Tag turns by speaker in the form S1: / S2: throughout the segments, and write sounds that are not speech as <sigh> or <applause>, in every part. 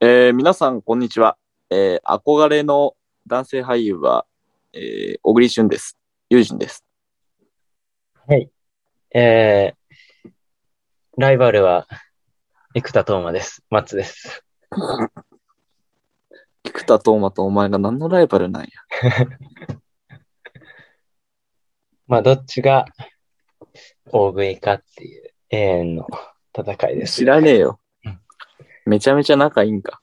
S1: えー皆さん、こんにちは。えー憧れの男性俳優は、えー小栗旬です。友人です。
S2: はい。えーライバルは、生田斗真です。マッツです。
S1: 菊田斗真とお前が何のライバルなんや。
S2: まあ、どっちが大食いかっていう永遠の戦いです。
S1: 知らねえよ
S2: うん。
S1: めちゃめちゃ仲いいんか。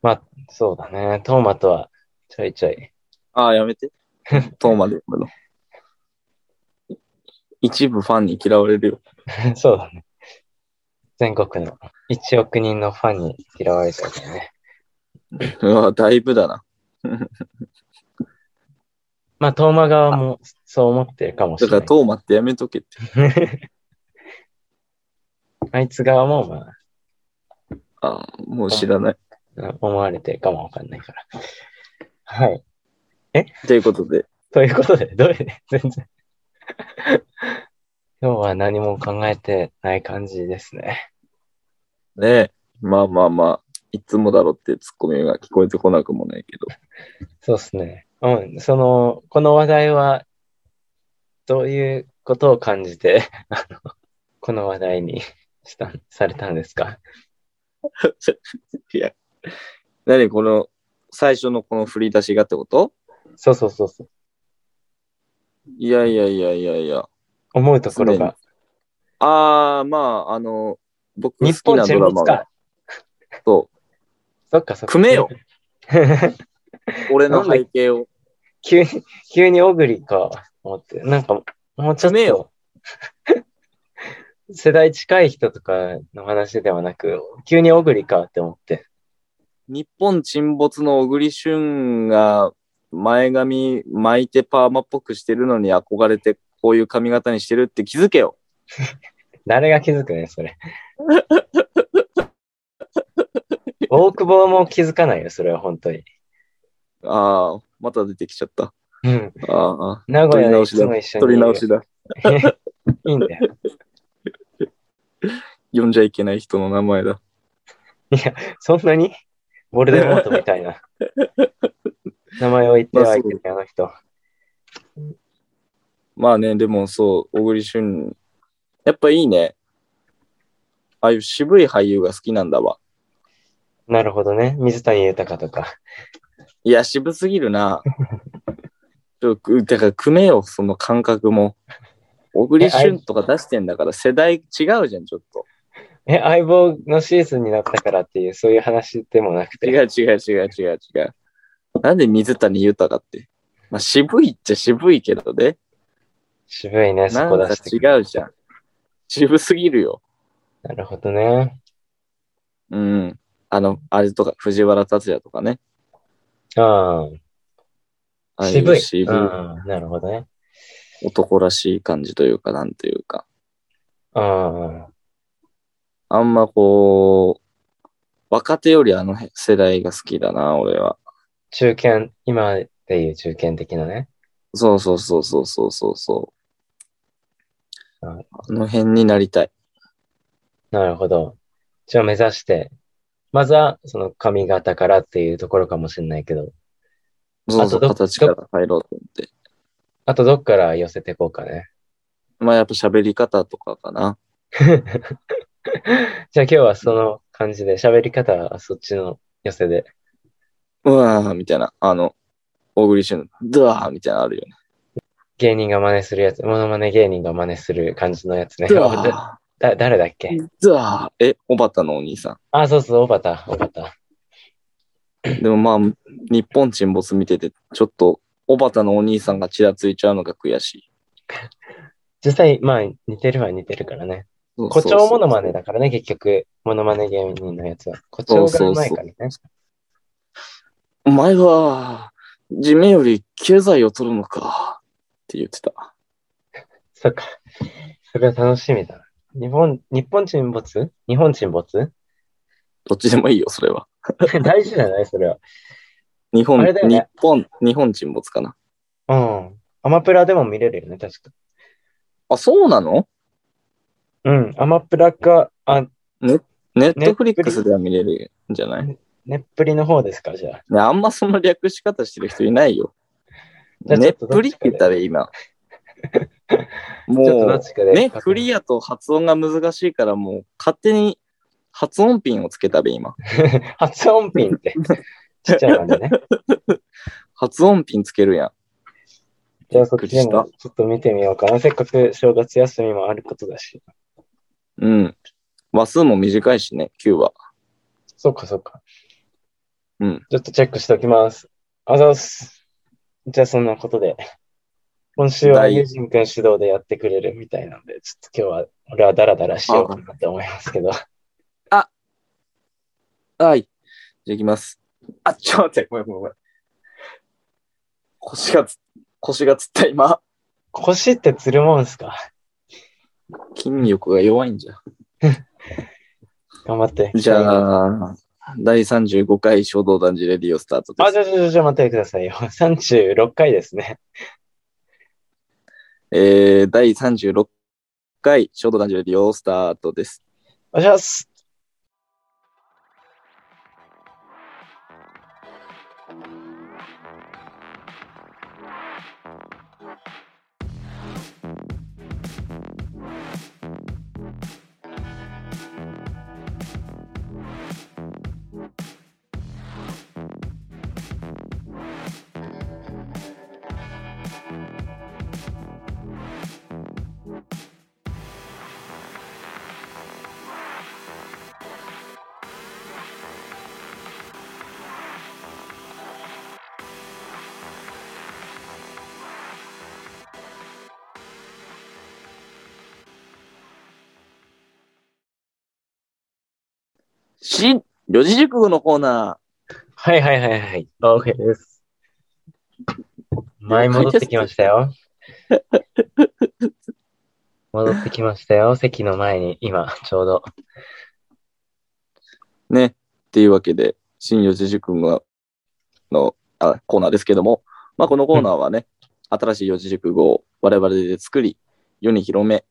S2: まあ、そうだね。斗真とはちょいちょい。 <laughs>
S1: ああ、やめて。 <laughs> 斗真で呼ぶの。一部ファンに嫌われるよ。
S2: そうだね。全国の1億人のファンに嫌われたんだよね。
S1: うわ、だいぶだな。
S2: まあ、斗真側もそう思ってるかもし
S1: だ
S2: れ
S1: から
S2: ない。
S1: 斗真ってやめとけって。
S2: あいつ側も、ま
S1: ああ、もう知らない。
S2: あ、思われてるかもわかんないから。はい。
S1: ということで、
S2: ということで、どれで全然。今日は何も考えてない感じですね。
S1: ねえ、まあまあまあ、いつもだろってツッコミが聞こえてこなくもないけど。
S2: そうですね。うん、その、この話題は、どういうことを感じて、 <laughs> あの、この話題にした、されたんですか
S1: いや、何この、最初のこの振り出しがってこと
S2: そうそうそうそう。
S1: いやいやいやいやいや。
S2: 思うところが、
S1: ああ、まあ、あの、僕好
S2: 日
S1: き
S2: 本
S1: な
S2: 沈
S1: ドラ
S2: 没
S1: マが
S2: か。。
S1: そ
S2: そっかそっか。
S1: 組め
S2: <laughs>
S1: よ俺の背景を。
S2: 急に、急に小栗か、思って。なんか、もうちょっ
S1: 組め
S2: と、 <laughs> 世代近い人とかの話ではなく、急に小栗かって思って。
S1: 日本沈没の小栗旬が前髪巻いてパーマっぽくしてるのに憧れてこういう髪型にしてるって気づけよ。
S2: 誰が気づくね、
S1: <laughs>
S2: それ。大久保も気づかないよ、それは本当に。
S1: ああ、また出てきちゃった。
S2: うん。
S1: ああ、
S2: 名古
S1: 取り
S2: 屋で
S1: 直
S2: い
S1: し
S2: つ
S1: だ
S2: も一緒に
S1: 取
S2: い
S1: り
S2: る。
S1: 直しだ。
S2: いいんだよ。
S1: 呼んじゃいけない人の名前だ。
S2: そんなにボルデモートみた
S1: <laughs>
S2: いな。名前を言ってはいけない、あの人。
S1: まあね、でもそう、小栗旬、やっぱいいね。ああいう渋い俳優が好きなんだわ。
S2: なるほどね。水谷豊とか。
S1: いや、渋すぎる
S2: <laughs>
S1: な。ちょくだから、組めよ、その感覚も。小栗旬とか出してんだから、世代違うじゃん、ちょっと。
S2: え、相棒のシーズンになったからっていう、そういう話でもなく
S1: 違
S2: て。
S1: う違う違う違う違う。なんで水谷豊って。まあ、渋いっちゃ渋いけどね。
S2: 渋いね、そ
S1: なん
S2: こ
S1: か
S2: 出してくる
S1: 違うじゃん。渋すぎるよ。
S2: なるほどね。
S1: うん。あの、あれとか、藤原竜也とかね。
S2: あ
S1: あ
S2: あ、
S1: あう
S2: 渋い。
S1: 渋
S2: う
S1: い
S2: ん、なるほどね。
S1: 男らしい感じというか、なんていうか。
S2: あ
S1: あんまこう、若手よりあのへ世代が好きだな、俺は。
S2: あ、中堅、今でいう中堅的なね。
S1: そうそうそうそうそうそうそう。
S2: は
S1: あの辺になりたい。
S2: なるほど。じゃあ目指して、まずはその髪型からっていうところかもしれないけど、
S1: そうそう、
S2: あとど
S1: 形から入ろうと思って。
S2: あとどっから寄せていこうかね。
S1: まあやっぱ喋り方とかかな。
S2: じゃあ今日はその感じで、喋り方はそっちの寄せで。
S1: うわーみたいな。あの、大栗旬の、ドワーみたいなのあるよね。
S2: 芸人が真似するやつ、モノマネ芸人が真似する感じのやつね。
S1: ドワ
S2: <laughs> だ誰だっけ
S1: ードワーえ、小畑のお兄さ
S2: あ、そうそう、おばた、おばた。
S1: ん。でもまあ、日本沈没見てて、ちょっと、小畑のお兄さんがちらついちゃうのが悔しい。
S2: 実際、まあ、似てるは似てるからね。
S1: そうそう
S2: 誇
S1: そう
S2: 張モノマネだからね、結局、モノマネ芸人のやつは。誇張がうまいからね。
S1: お前は、地面より経済を取るのか。って言ってた。
S2: そっか。それは楽しみだな。日本、日本沈没日本沈没
S1: <laughs> どっちでもいいよ、それは。
S2: 大事じゃないそれは。
S1: 日本、
S2: あれだよ
S1: 日
S2: ね
S1: 本、日本沈没かな。
S2: うん。アマプラでも見れるよね、確か。
S1: あ、そうなの
S2: うん。アマプラか、あ、
S1: ネネットフリックスでは見れるんじゃない、ね、
S2: ネップリの方ですか、じゃあ。
S1: あんまその略し方してる人いないよ。
S2: じゃあち
S1: ネ
S2: ょっと
S1: ッ
S2: どっ
S1: プ
S2: ち
S1: リ
S2: か
S1: って
S2: で
S1: 言ったら今。
S2: <laughs> ちょっとど
S1: も
S2: っちかで。
S1: う、ね、フリーやと発音が難しいから、もう勝手に発音ピンをつけたべ、今。
S2: 発音ピンって。ちっちゃいの
S1: <laughs>
S2: でね。
S1: 発音ピンつけるやん。
S2: じゃあそっちで
S1: びっく
S2: もちょっと見てみようかな。せっかく正月休みもあることだし。
S1: うん。話数も短いしね、9は。
S2: そうかそうか。
S1: うん。
S2: ちょっとチェックしておきます。あざっす。じゃあそんなことで、今週は
S1: 第
S2: 友人君主導でやってくれるみたいなんで、ちょっと今日は俺はダラダラしようかなって思いま
S1: <laughs>
S2: すけど。
S1: はい。じゃあ行きます。あ、ちょっと待って、ごめんごめんごめん。腰がつ、腰がつった今。
S2: 腰ってつるもんすか
S1: 筋力が弱いんじゃ。
S2: 頑張って。
S1: じゃあ、第35回衝動断じレディオスタートで
S2: あ、
S1: す。
S2: じゃあじゃあじゃあ待ってくださいよ。36回ですね。
S1: えー、第36回衝動断じレディオスタートです。
S2: お願いします。
S1: 新四字熟語のコーナ
S2: はいはいはいはい。OK です。前戻ってきました <laughs> よ。戻ってきましたよ。席の前に、今、ちょうど。
S1: ー。ね。っていうわけで、新四字熟語のあコーナーですけども、まあ、このコーナーはね、新しい四字熟語を我々で作り、世に広め、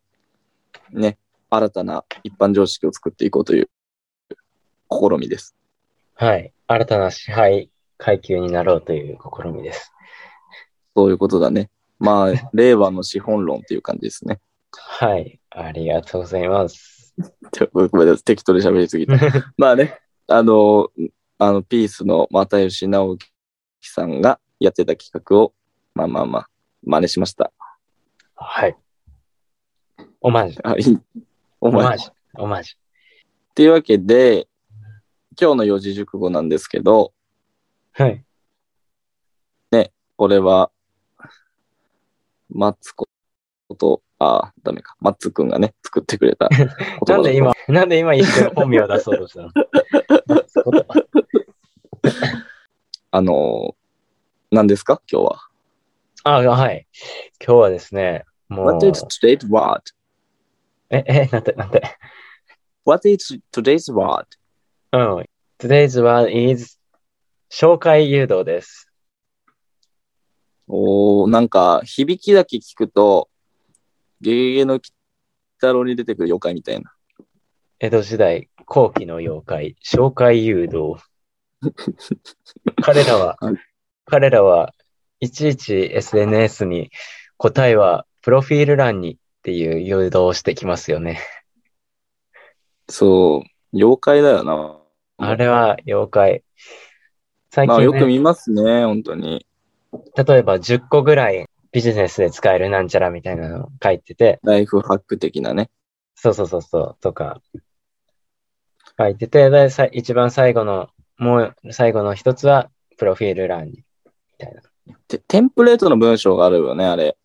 S1: ね、新たな一般常識を作っていこうという試みです。
S2: はい。新たな支配階級になろうという試みです。
S1: そういうことだね。まあ、 <laughs> 令和の資本論っていう感じですね。 <laughs>
S2: はい。ありがとうございます。 <laughs>
S1: ちょごめんなさい適当で喋りすぎた。まあね、あの、あの、ピースの又吉直樹さんがやってた企画を、まあまあまあ、真似しました。
S2: はい。オマージュ。
S1: はい。お
S2: オマー
S1: 前。っ
S2: ジュ。オマージ
S1: ていうわけで、今日の四字熟語なんですけど、
S2: ュ。はい。
S1: これは、マツコと、あ、ダメか。マッツくんがね、作ってくれ
S2: <laughs>
S1: た言葉だ
S2: なんで今、なんで今一瞬本名を出そうとしたの
S1: あの、何ですか今日は。
S2: <laughs> あ、はい。今日はですね、もう
S1: What。is today's word?
S2: え、え、なんて、なんて。
S1: What is today's word?
S2: うん。Today's word is 紹介誘導です。
S1: おーなんか、響きだけ聞くと、ゲゲゲの鬼太郎に出てくる妖怪みたいな。
S2: 江戸時代後期の妖怪、紹介誘導。彼らは
S1: はい、
S2: 彼らはいちいち SNS に答えはプロフィール欄にっていう誘導をしてきますよね。
S1: そう、妖怪だよな。
S2: あれは妖怪。最
S1: まあ、
S2: 近、
S1: よく
S2: ね、
S1: 見ますね、本当に。
S2: 例えば10個ぐらいビジネスで使えるなんちゃらみたいなの書いてて、
S1: ライフハック的なね。
S2: そうそうそうそう、とか、書いてて、で、さ一番最後の、もう最後の一つは、プロフィール欄に、みたいな。
S1: てテンプレートの文章があるよね、あれ。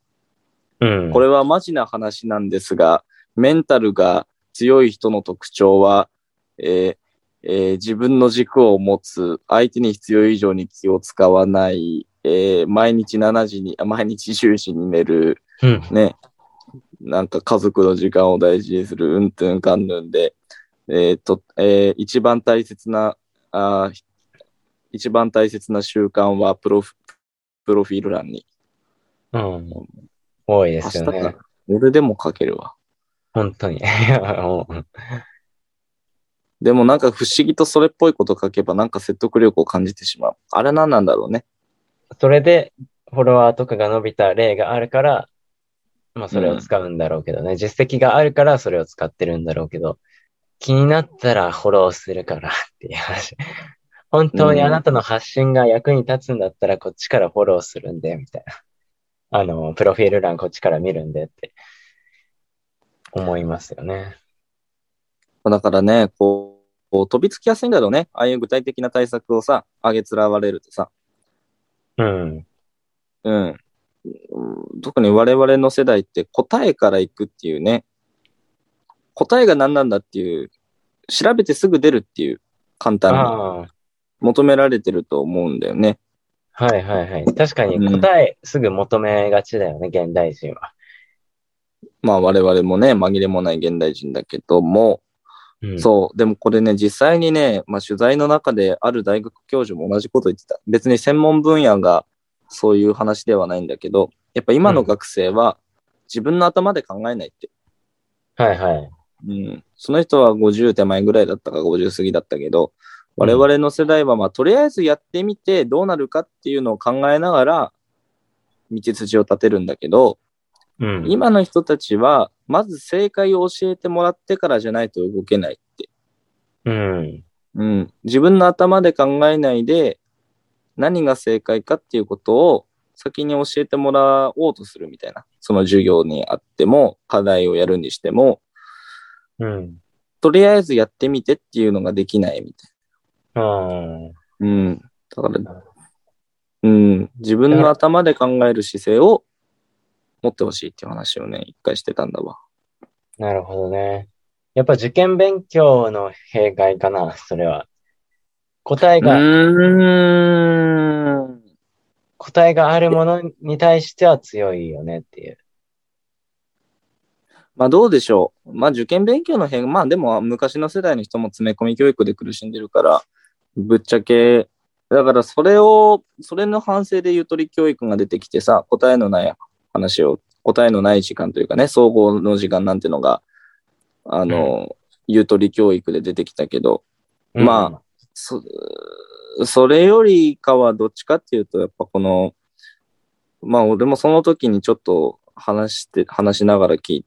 S2: うん。
S1: これはマジな話なんですが、メンタルが強い人の特徴は、えーえー自分の軸を持つ、相手に必要以上に気を使わない、えー毎日7時に、あ毎日10時に寝る、
S2: うん。
S1: ね、なんか家族の時間を大事にする、うんとんかんぬんで、えーと、えー一番大切な、あーひ一番大切な習慣はプロフ、プロフィール欄に。
S2: うん。多いで
S1: 明
S2: す
S1: 日
S2: よ
S1: か
S2: ね
S1: ら。。
S2: <laughs>
S1: 俺でも書けるわ。
S2: 本当に。いやもう
S1: でもなんか不思議とそれっぽいこと書けばなんか説得力を感じてしまう。あれ何なんだろうね。
S2: それで、フォロワーとかが伸びた例があるから、まあそれを使うんだろうけどね。実績があるからそれを使ってるんだろうけど、気になったらフォローするからっていう話。 <laughs> 本当にあなたの発信が役に立つんだったらこっちからフォローするんで、みたいな。あの、プロフィール欄こっちから見るんでって思いますよね。
S1: だからね、こう、こう飛びつきやすいんだろうね。ああいう具体的な対策をさ、あげつらわれるとさ。
S2: うん。
S1: うん。うん特に我々の世代って答えからいくっていうね。答えが何なんだっていう、調べてすぐ出るっていう、簡単に
S2: あ
S1: 求められてると思うんだよね。
S2: あ、はいはいはい。確かに答えすぐ求めがちだよね、現代人は。
S1: まあ我々もね、紛れもない現代人だけども、
S2: うん
S1: そう。でもこれね、実際にね、まあ、取材の中である大学教授も同じこと言ってた。別に専門分野がそういう話ではないんだけど、やっぱ今の学生は自分の頭で考えないって。
S2: はいはい。
S1: うん。その人は50手前ぐらいだったか50過ぎだったけど、我々の世代は、まあ、とりあえずやってみてどうなるかっていうのを考えながら、道筋を立てるんだけど、
S2: うん。
S1: 今の人たちは、まず正解を教えてもらってからじゃないと動けないって。
S2: うん。
S1: うん、自分の頭で考えないで何が正解かっていうことを先に教えてもらおうとするみたいな。その授業にあっても、課題をやるにしても、
S2: うん。
S1: とりあえずやってみてっていうのができないみたい
S2: うん。
S1: な。うん。だから、うん。自分の頭で考える姿勢を持ってほしいっていう話をね、一回してたんだわ。
S2: なるほどね。やっぱ受験勉強の弊害かな、それは。答え
S1: う
S2: が、
S1: ーん。
S2: 答えがあるものに対しては強いよねっていう。
S1: まあどうでしょう。まあ受験勉強の辺、まあでも昔の世代の人も詰め込み教育で苦しんでるから、ぶっちゃけ、だからそれを、それの反省でゆとり教育が出てきてさ、答えのない話を、答えのない時間というかね、総合の時間なんてのが、あの、ゆとり教育で出てきたけど、まそそれよりかはどっちかっていうと、やっぱこの、まあ俺もその時にちょっと話して、話しながら聞い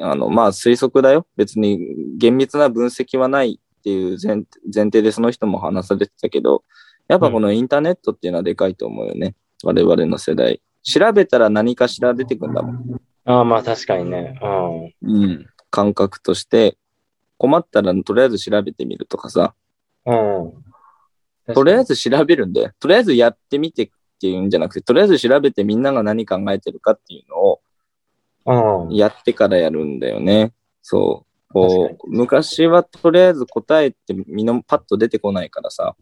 S1: あの、まあ推測だよ。別に厳密な分析はないっていう前前提でその人も話されてたけど、やっぱこのインターネットっていうのはでかいと思うよね。我々の世代。調べたら何かしら出てくんだもん。
S2: ああ、まあ確かにね。うん。
S1: うん、感覚として、困ったらとりあえず調べてみるとかさ、
S2: うん。
S1: とりあえ
S2: ず。
S1: ず調べるんだよ。とりあえずやってみてっていうんじゃなくて、とりあえず調べてみんなが何考えてるかっていうのを
S2: うん。
S1: やってからやるんだよね。そう。
S2: 確
S1: こ
S2: か
S1: う昔はとりあえず答えって身のパッと出てこないからさ、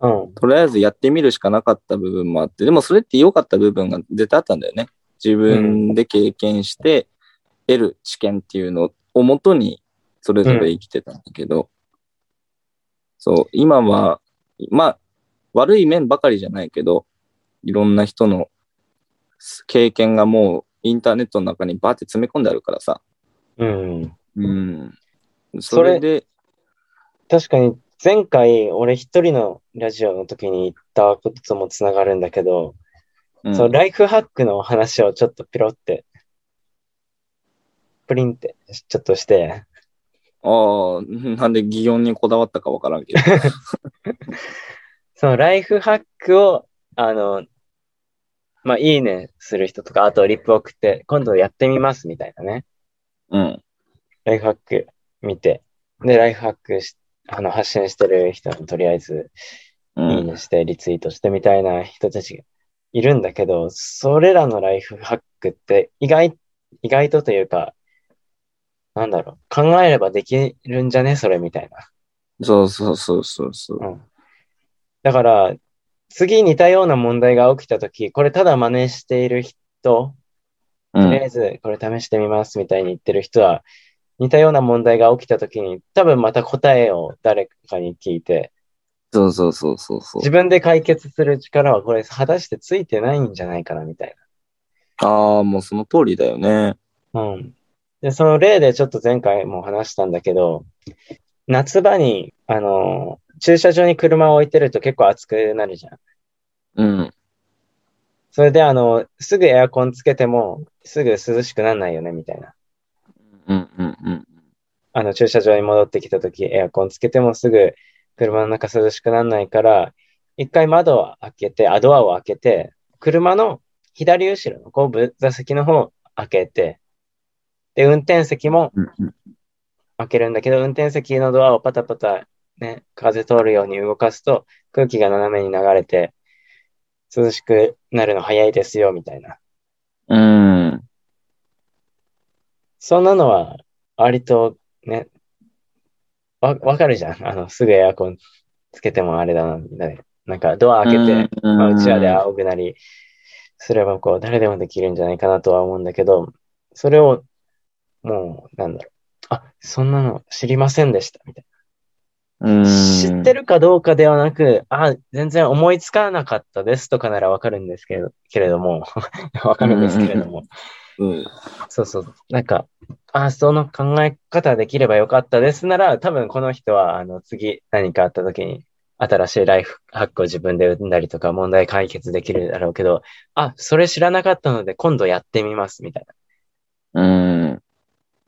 S2: うん。
S1: とりあえずやってみるしかなかった部分もあって、でもそれって良かった部分が絶対あったんだよね。自分で経験して得る知見っていうのをもとにそれぞれ生きてたんだけど、そう、今は、まあ、悪い面ばかりじゃないけど、いろんな人の経験がもうインターネットの中にバーって詰め込んであるからさ。
S2: うん。
S1: うん。そ
S2: それ
S1: れで、
S2: 確かに、前回、俺一人のラジオの時に言ったことともつながるんだけど、
S1: うん
S2: そのライフハックのお話をちょっとピロって、プリンって、ちょっとして、
S1: ああ、なんで擬音にこだわったかわからんけど。
S2: そのライフハックを、あの、まあ、いいねする人とか、あとリップ送って、今度やってみますみたいなね。
S1: うん。
S2: ライフハック見て。で、ライフハックし、あの、発信してる人にとりあえず、
S1: う
S2: いい
S1: ん。
S2: ねして、リツイートしてみたいな人たちがいるんだけど、それらのライフハックって、意外、意外とというか、なんだろう、考えればできるんじゃねそれみたいな。
S1: そうそうそうそうそう。
S2: うんだから、次似たような問題が起きたとき、これただ真似している人、
S1: う
S2: とりあ
S1: ん。
S2: えずこれ試してみますみたいに言ってる人は、似たような問題が起きたときに、多分また答えを誰かに聞いて、
S1: そうそうそうそうそ
S2: 自
S1: う。
S2: 分で解決する力はこれ果たしてついてないんじゃないかなみたい
S1: ああ、もうその通りだよね。
S2: な。うん。で、その例でちょっと前回も話したんだけど、夏場に、あの、駐車場に車を置いてると結構暑くなるじゃん。
S1: うん。
S2: それで、あの、すぐエアコンつけても、すぐ涼しくならないよね、みたいな。
S1: うんうんうん。
S2: あの、駐車場に戻ってきたとき、エアコンつけてもすぐ車の中涼しくならないから、一回窓を開けて、あ、ドアを開けて、車の左後ろの後部座席の方開けて、で、運転席も
S1: うんうん
S2: 開けるんだけど、運転席のドアをパタパタね、風通るように動かすと、空気が斜めに流れて、涼しくなるの早いですよ、みたいな。
S1: うん。
S2: そんなのは、割とね、わ、わかるじゃん。あの、すぐエアコンつけてもあれだな、みたいな。なんか、ドア開けて、
S1: うん、
S2: まあ、うちわで仰ぐなりすれば、こう、誰でもできるんじゃないかなとは思うんだけど、それを、もう、なんだろう。あ、そんなの知りませんでした、みたい
S1: うん
S2: な。知ってるかどうかではなく、あ、全然思いつかなかったですとかならわかるんですけれど、けれども、 <laughs> わかるんですけれども、
S1: うん。
S2: そうそう。なんか、あ、その考え方できればよかったですなら、多分この人は、あの、次何かあった時に、新しいライフハックを自分で生んだりとか、問題解決できるだろうけど、あ、それ知らなかったので、今度やってみます、みたいな。い
S1: うん。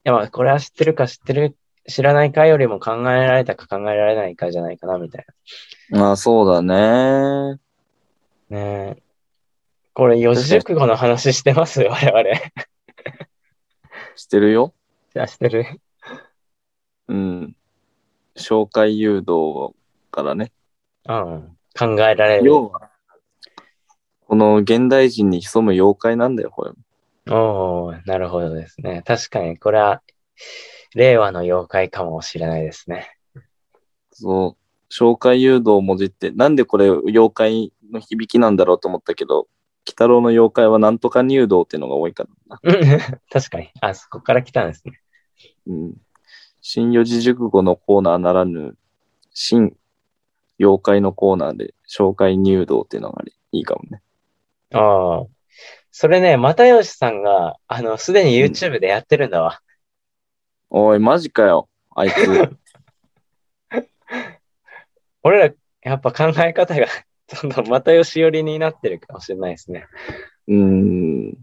S2: や、まあ、これは知ってるか知ってる、知らないかよりも考えられたか考えられないかじゃないかな、みたい
S1: まあ、そうだね。
S2: な。ねえ。これ、四字熟語の話してます <laughs> 我々。
S1: 知ってるよ。
S2: あ、してる。
S1: うん。紹介誘導からね。
S2: うん。考えられる。
S1: 要は、この現代人に潜む妖怪なんだよ、これ。
S2: おお、なるほどですね。確かに、これは、令和の妖怪かもしれないですね。 <laughs>
S1: そう、紹介誘導をもじって、なんでこれ妖怪の響きなんだろうと思ったけど、鬼太郎の妖怪はなんとか入道っていうのが多いからな。
S2: うん確かに。あ、そこから来たんですね。
S1: うん。新四字熟語のコーナーならぬ、新妖怪のコーナーで紹介入道っていうのがありいいかもね。
S2: ああ。それね、又吉さんが、あの、すでに YouTube でやってるんだわ。
S1: おい、マジかよ、あいつ。
S2: 俺ら、やっぱ考え方が、 <laughs> どんどん又吉寄りになってるかもしれないですね。
S1: うーん。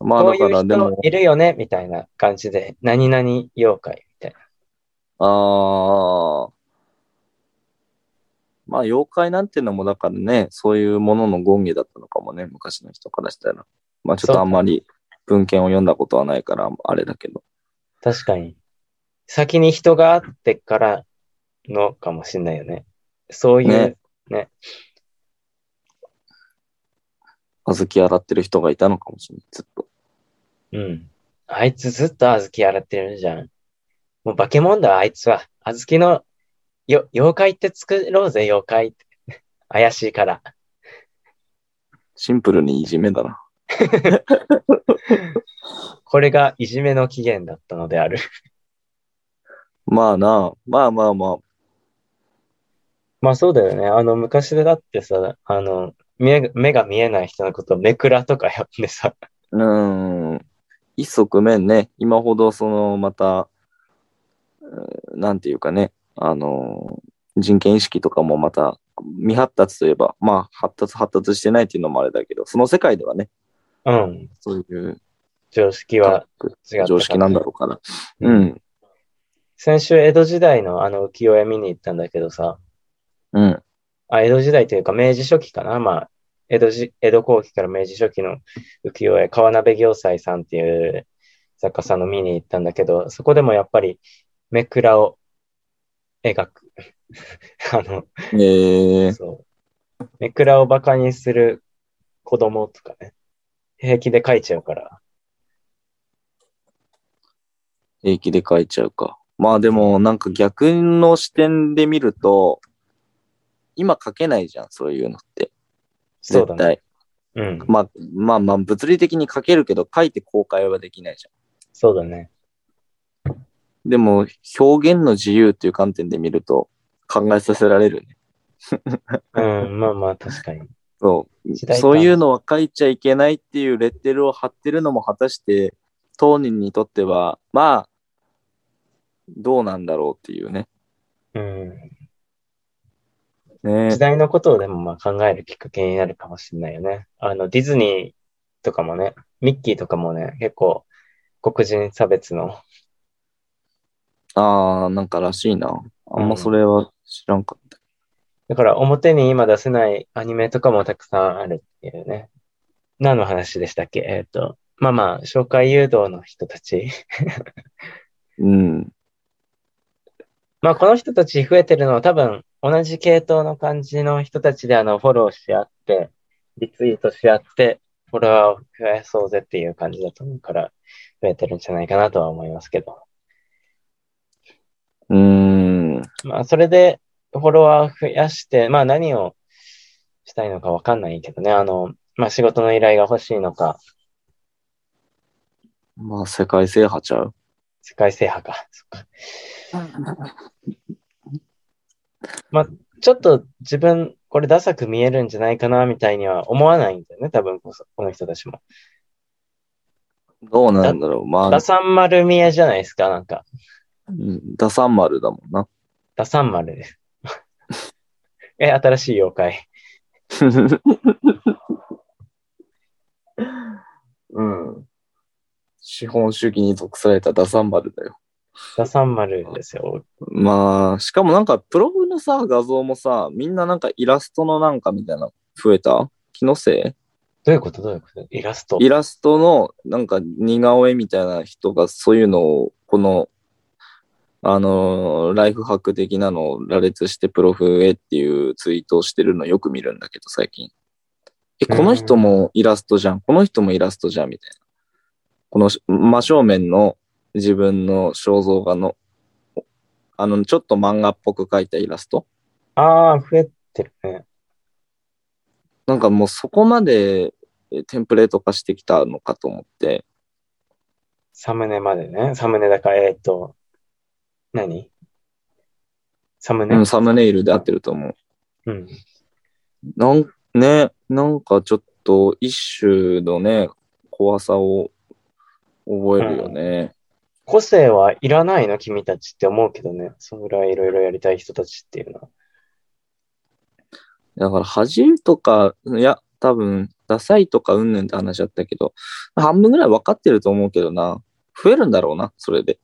S1: まあ
S2: こう
S1: だ
S2: い
S1: か
S2: う
S1: らで
S2: 人
S1: も、
S2: いるよね、みたいな感じで、何々妖怪みたいな。
S1: ああ。まあ、妖怪なんてのも、だからね、そういうものの権威だったのかもね、昔の人からしたら。まあ、ちょっ
S2: そう
S1: とあんまり文献を読んだことはないから、あれだけど。
S2: 確かに。先に人があってからのかもしれないよね。そういう、
S1: ね小豆洗ってる人がいたのかもしれない、ずっと。
S2: うん。あいつずっと小豆洗ってるじゃん。もう化け物だ、あいつは。小豆の、よ、妖怪って作ろうぜ、妖怪って。 <laughs> 怪しいから。
S1: シンプルにいじめだな。
S2: これがいじめの起源だったのである。
S1: まあな、まあまあま
S2: <laughs> まあそうだよね。あの、昔でだってさ、あの、目が、目が見えない人のことを目くらとか呼んでさ、
S1: あ。うーん。一足面ね、今ほど、その、また、うーんなんていうかね、あのー人権意識とかもまた未発達といえば、まあ発達発達してないっていうのもあれだけど、その世界ではね、
S2: うん、
S1: そういう
S2: 常識は違った
S1: 常識なんだろうから。うん、
S2: 先週、江戸時代のあの浮世絵見に行ったんだけどさ、
S1: うん、
S2: あ、江戸時代というか明治初期かな。まあ、江戸じ、江戸後期から明治初期の浮世絵、川鍋暁斎さんっていう作家さんの見に行ったんだけど、そこでもやっぱり目くらを描く。 <laughs> あの、
S1: えー、
S2: そう。目くらをバカにする子供とかね。平気で描いちゃうから。
S1: 平気で書いちゃうか。まあでも、なんか逆の視点で見ると、今書けないじゃん、そういうのって。
S2: そう
S1: 絶
S2: だ
S1: 対。
S2: ね。うん。
S1: まあ、まあまあ、物理的に書けるけど、書いて公開はできないじゃん。
S2: そうだね。
S1: でも、表現の自由っていう観点で見ると、考えさせられるね。
S2: うん、まあまあ、確かに。
S1: そう。
S2: 時代感
S1: そういうのは書いちゃいけないっていうレッテルを貼ってるのも果たして、当人にとっては、まあ、どうなんだろうっていうね。
S2: うん。
S1: ね
S2: 時代のことをでもまあ考えるきっかけになるかもしれないよね。あの、ディズニーとかもね、ミッキーとかもね、結構黒人差別の、
S1: ああ、なんからしいな。あんまそれは知らんかった。
S2: だから表に今出せないアニメとかもたくさんあるっていうね。何の話でしたっけえっ、と、まあまあ、紹介誘導の人たち。
S1: うん。
S2: まあ、この人たち増えてるのは多分、同じ系統の感じの人たちであの、フォローし合って、リツイートし合って、フォロワーを増やそうぜっていう感じだと思うから、増えてるんじゃないかなとは思いますけど。
S1: うーん。
S2: まあ、それで、フォロワー増やして、まあ、何をしたいのかわかんないけどね。あの、まあ、仕事の依頼が欲しいのか、
S1: まあ、世界制覇ちゃう。
S2: 世界制覇か。そっかちょっと自分、これダサく見えるんじゃないかな、みたいには思わないんだよね。多分こそ、この人たちも。
S1: どうなんだろう。まあ
S2: ダ、サンマル見えじゃないですか、なんか。
S1: うんダサンマルだもんな。
S2: ダサンマルです。 <laughs> え、新しい妖怪。
S1: うん。資本主義に属されたダサンマルだよ。
S2: ダサンマルですよ。
S1: まあ、しかもなんか、プログのさ、画像もさ、みんななんかイラストのなんかみたいな、増えた気のせい
S2: どういうことどういうことイラスト。
S1: イラストのなんか似顔絵みたいな人がそういうのをこのあのーライフハック的なのを羅列してプロフへっていうツイートをしてるのよく見るんだけど最近。え、この人もイラストじゃん。この人もイラストじゃんみたいな。このし真正面の自分の肖像画のおあのちょっと漫画っぽく描いたイラスト
S2: ああ、増えてるね。
S1: なんかもうそこまでえテンプレート化してきたのかと思って。
S2: サムネまでね。サムネだから、えーっと、何サムネ。
S1: うん、サムネイルで合ってると思う。
S2: うん。
S1: なん、ね、なんかちょっと一種のね、怖さを覚えるよね。
S2: 個性はいらないの君たちって思うけどね。そのぐらいいろいろやりたい人たちっていうのは。
S1: だから恥とか、いや、多分、ダサいとかうんぬんって話だったけど、半分ぐらい分かってると思うけどな。増えるんだろうな、それで。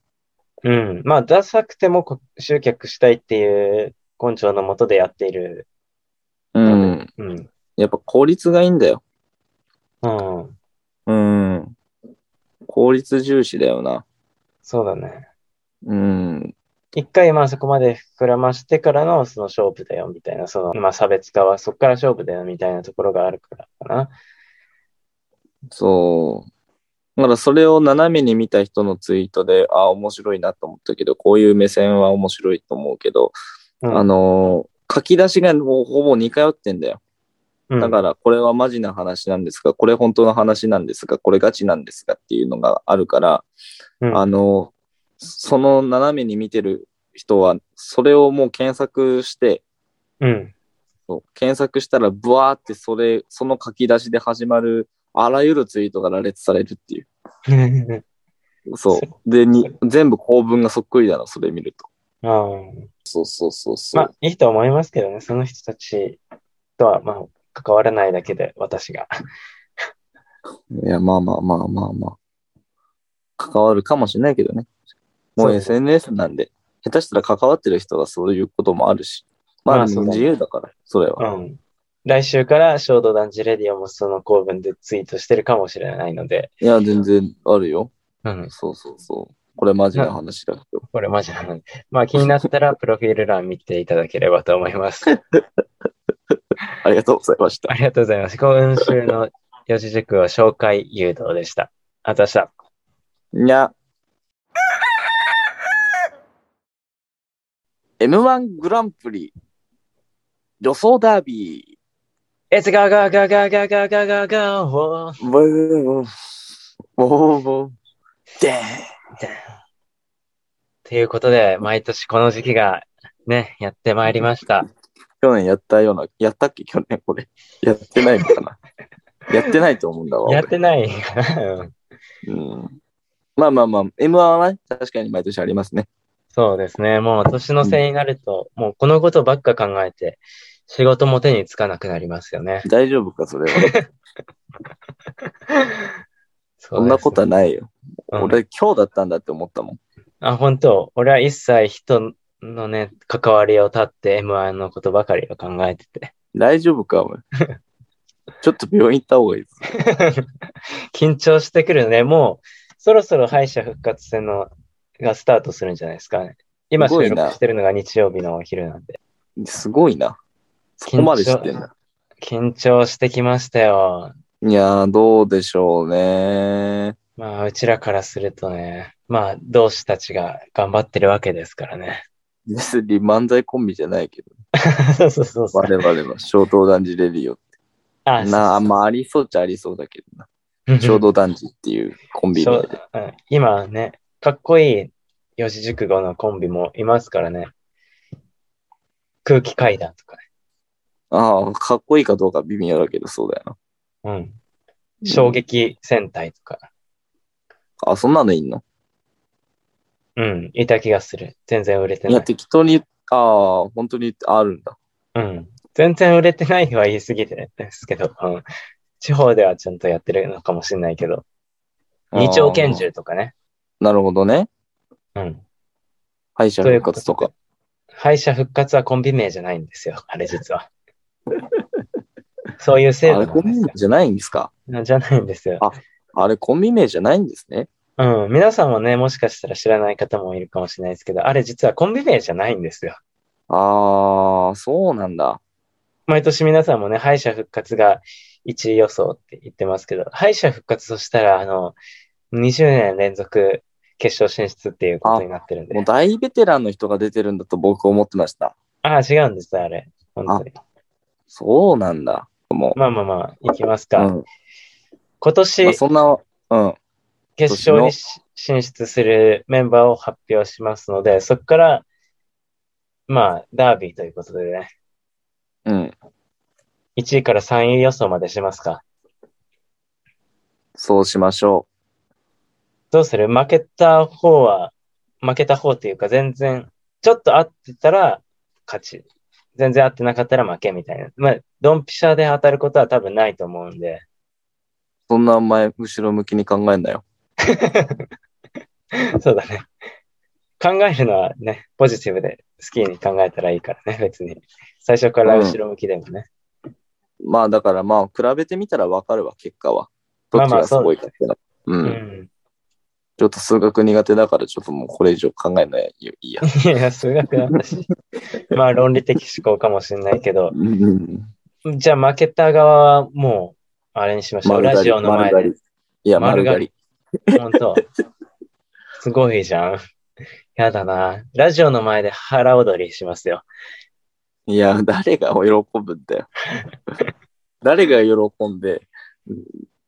S2: うん。まあ、ダサくてもこ集客したいっていう根性のもとでやっている。
S1: うん。
S2: うん。
S1: やっぱ効率がいいんだよ。
S2: うん。
S1: うん。効率重視だよな。
S2: そうだね。
S1: うん。
S2: 一回、まあそこまで膨らましてからのその勝負だよみたいな、その、まあ差別化はそこから勝負だよみたいなところがあるからかな。
S1: そう。だからそれを斜めに見た人のツイートで、ああ、面白いなと思ったけど、こういう目線は面白いと思うけど、
S2: うん
S1: あのー書き出しがもうほぼ似通ってんだよ。
S2: うん
S1: だから、これはマジな話なんですが、これ本当の話なんですが、これガチなんですがっていうのがあるから、
S2: うん
S1: あのーその斜めに見てる人は、それをもう検索して、
S2: うん。
S1: そう検索したら、ブワーってそれ、その書き出しで始まる、あらゆるツイートが羅列されるっていう。そう。で、に全部構文がそっくりだな、それ見ると。
S2: うん
S1: そうそうそうそ
S2: ま
S1: う。
S2: あ、いいと思いますけどね、その人たちとは、まあ、関わらないだけで、私が。
S1: いや、まあまあまあまあまあ。関わるかもしれないけどね。もう
S2: そう
S1: SNS なんで、下手したら関わってる人がそういうこともあるし。まあ、
S2: まあそうだね
S1: 自由だから、それ
S2: う
S1: は。
S2: ん。来週から、衝動団地レディオもその構文でツイートしてるかもしれないので、
S1: いや、全然あるよ。
S2: うん。
S1: そうそうそう。これマジな話だけど。
S2: これマジなので。まあ、気になったら、プロフィール欄見ていただければと思います。
S1: ありがとうございました
S2: あ。りがとうございます。今週の四字熟語紹介誘導でした。ありがとうございました。
S1: にゃ。M1 グランプリ、予想ダービー。
S2: It's go go go go go go go go go.
S1: ブーブーブーブーで
S2: ということで、毎年この時期がね、やってまいりました。
S1: 去年やったような、やったっけ去年これ。やってないのか
S2: <laughs>
S1: なやってないと思うんだわ。
S2: や
S1: 俺
S2: ってない。うん
S1: うん、まあまあまあ、M1 はね、確かに毎年ありますね。
S2: そうですね。もう年の瀬になると、もうこのことばっか考えて、仕事も手につかなくなりますよね。
S1: 大丈夫か、それは。
S2: <laughs> そ
S1: そんなことは
S2: ね、
S1: ないよ。
S2: うん
S1: 俺、今日だったんだって思ったもん。
S2: あ、本当俺は一切人のね、関わりを断って M1 のことばかりを考えてて。
S1: 大丈夫か、お前。
S2: <laughs>
S1: ちょっと病院行った方がいいです。
S2: 緊張してくるね。もう、そろそろ敗者復活戦のがスタートするんじゃないですかね。今
S1: すご
S2: 収
S1: いな
S2: 録してるのが日曜日のお昼なんで。
S1: すごいな。そこまで知ってんだ。
S2: 緊張してきましたよ。
S1: いやー、どうでしょうね。
S2: まあ、うちらからするとね、まあ、同志たちが頑張ってるわけですからね。
S1: 別に漫才コンビじゃないけど、
S2: そうそうそうそう。
S1: 我々は衝動断じレディオ。
S2: あ
S1: なあ、まあ、ありそうっちゃありそうだけどな。
S2: あ
S1: 衝動断じっていうコンビ名
S2: そ
S1: で
S2: う。うん今ね、かっこいい四字熟語のコンビもいますからね。空気階段とか
S1: ああ、かっこいいかどうか微妙だけど、そうだよ
S2: ね。うん。衝撃戦隊とか。
S1: な。あ、そんなのいんの
S2: うん。いた気がする。全然売れて
S1: い
S2: な
S1: や、
S2: い。
S1: 適当に、ああ、本当にあるんだ。
S2: うん。全然売れてないは言い過ぎてですけど、うん。地方ではちゃんとやってるのかもしれないけど。二丁拳
S1: あ
S2: 銃とかね。
S1: あ。なるほどね。
S2: うん。
S1: 敗者復活とか。
S2: 敗者復活はコンビ名じゃないんですよ。あれ実は。そういう制
S1: あ
S2: 度
S1: れ
S2: な
S1: コ
S2: ん
S1: ンビ
S2: です
S1: 名じゃないんですか
S2: よ。じゃないんですよ。
S1: あれコンビ名じゃないんですね。
S2: うん。皆さんもね、もしかしたら知らない方もいるかもしれないですけど、あれ実はコンビ名じゃないんですよ。
S1: ああ、そうなんだ。
S2: 毎年皆さんもね、敗者復活が1位予想って言ってますけど、敗者復活としたら、あの、20年連続決勝進出っていうことになってるんで
S1: もう。大ベテランの人が出てるんだと僕思ってました。
S2: ああ、違うんです、あれ。本当に。
S1: そうなんだ。も
S2: まあまあまあ、いきます
S1: う。
S2: か。
S1: うん
S2: 今年
S1: まあ、、そんな、うん。
S2: 決勝にし進出するメンバーを発表しますので、そこから、まあ、ダービーということでね、
S1: うん。
S2: 1位から3位予想までしますか。
S1: そうしましょ
S2: どうする負けた方は、負けた方というか全然、ちょっと合ってたら勝ち。全然合ってなかったら負けみたいな。まあ、ドンピシャで当たることは多分ないと思うんで。 <laughs>
S1: う。そんな前、後ろ向きに考えんなよ。
S2: そうだね。考えるのはね、ポジティブで好きに考えたらいいからね、別に。最初から後ろ向きでもね。
S1: まあだからまあ比べてみたらわかるわ、結果は。ど
S2: まあ
S1: っち
S2: まあ
S1: がすごいかっていうのは。
S2: う
S1: うん。
S2: ん。
S1: ちょっと数学苦手だから、ちょっともうこれ以上考えないよ。いいや。
S2: いや、数学だったし。 <laughs> まあ、論理的思考かもしれないけど。
S1: うん。
S2: じゃあ、負けた側はもう、あれにしましょう。 <laughs> ラジオの前で。
S1: 丸刈りいや、丸刈り。
S2: 本当。すごいじゃん。やだな。ラジオの前で腹踊りしますよ。
S1: いや、誰が喜ぶん
S2: <laughs>
S1: だよ。誰が喜んで、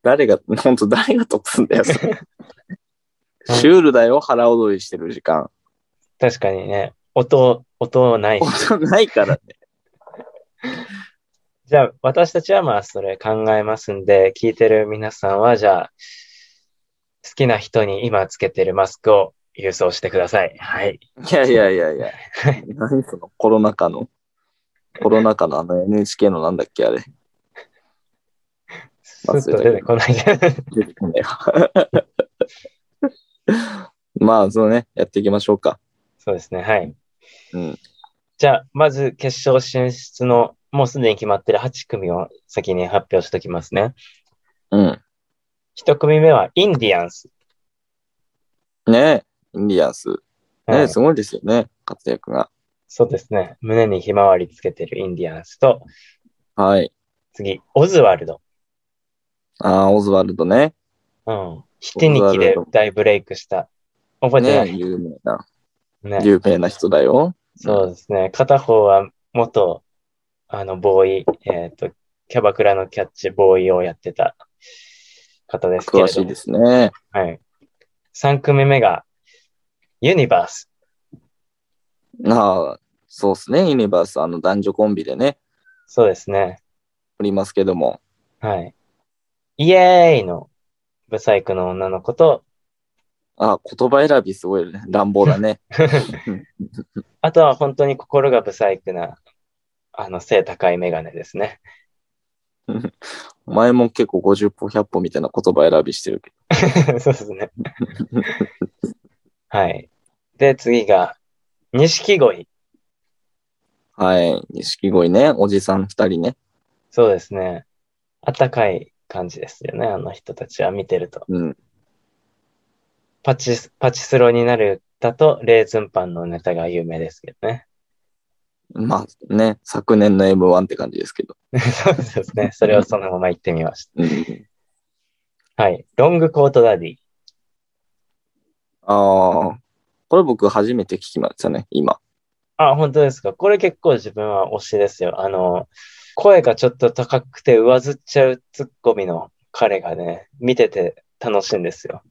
S1: 誰が、本当誰が得すんだ
S2: <laughs>
S1: よ、それシュールだよ、腹踊りしてる時間。 <laughs>
S2: 確かにね、音、音ないし。
S1: 音ないからね。
S2: じゃあ、私たちはまあ、それ考えますんで、聞いてる皆さんは、じゃあ、好きな人に今つけてるマスクを郵送してください。はい。
S1: いやいやいやいや。何そのコロナ禍の、コロナ禍のあの NHK のなんだっけ、あれ。
S2: スッと出てこない。
S1: 出てこないわまあ、そのね、やっていきましょうか。
S2: <laughs> そうですね。はい。
S1: うん。
S2: じゃあ、まず決勝進出の、もうすでに決まってる8組を先に発表しておきますね。
S1: うん。
S2: 1組目はインディアンス。
S1: ねえ、インディアンス。
S2: は
S1: ねえ、
S2: い
S1: すごいですよね、活躍が。
S2: そうですね。胸にひまわりつけてるインディアンスと、
S1: はい。
S2: 次、オズワルド。
S1: ああ、オズワルドね。
S2: うん。ひてにきで大ブレイクした。覚えてな
S1: ね
S2: い
S1: 有名な、
S2: ね
S1: 有名な人だよ。
S2: そうですね。片方は元、あの、ボーイ、えっ、と、キャバクラのキャッチボーイをやってた方ですけれど
S1: 詳しいですね。
S2: はい。3組目が、ユニバース。
S1: ああ、そうですね、ユニバース、あの男女コンビでね、
S2: そうですね。
S1: おりますけども。
S2: はい。イエーイの、ブサイクの女の子と、
S1: あ、言葉選びすごいね乱暴だね。
S2: あとは本当に心が不細工な、あの、背高いメガネですね。 <laughs>
S1: お前も結構50歩、100歩みたいな言葉選びしてるけ
S2: そうですね。はい。で、次が、錦鯉。
S1: ど。はい。錦鯉ね、おじさん二人ね。
S2: そうですね。あったかい感じですよね、あの人たちは見てると。
S1: うん。
S2: パチス、パチスロになる歌と、レーズンパンのネタが有名ですけどね。 <laughs>
S1: まあね、昨年の M1 って感じですけど。
S2: そうですね。それをそのまま言ってみまし
S1: うん。
S2: た。はい。ロングコートダディ。
S1: ああ、これ僕初めて聞きましたね、今。
S2: あ、本当ですか。これ結構自分は推しですよ。あの、声がちょっと高くて上ずっちゃうツッコミの彼がね、見てて楽しいんですよ。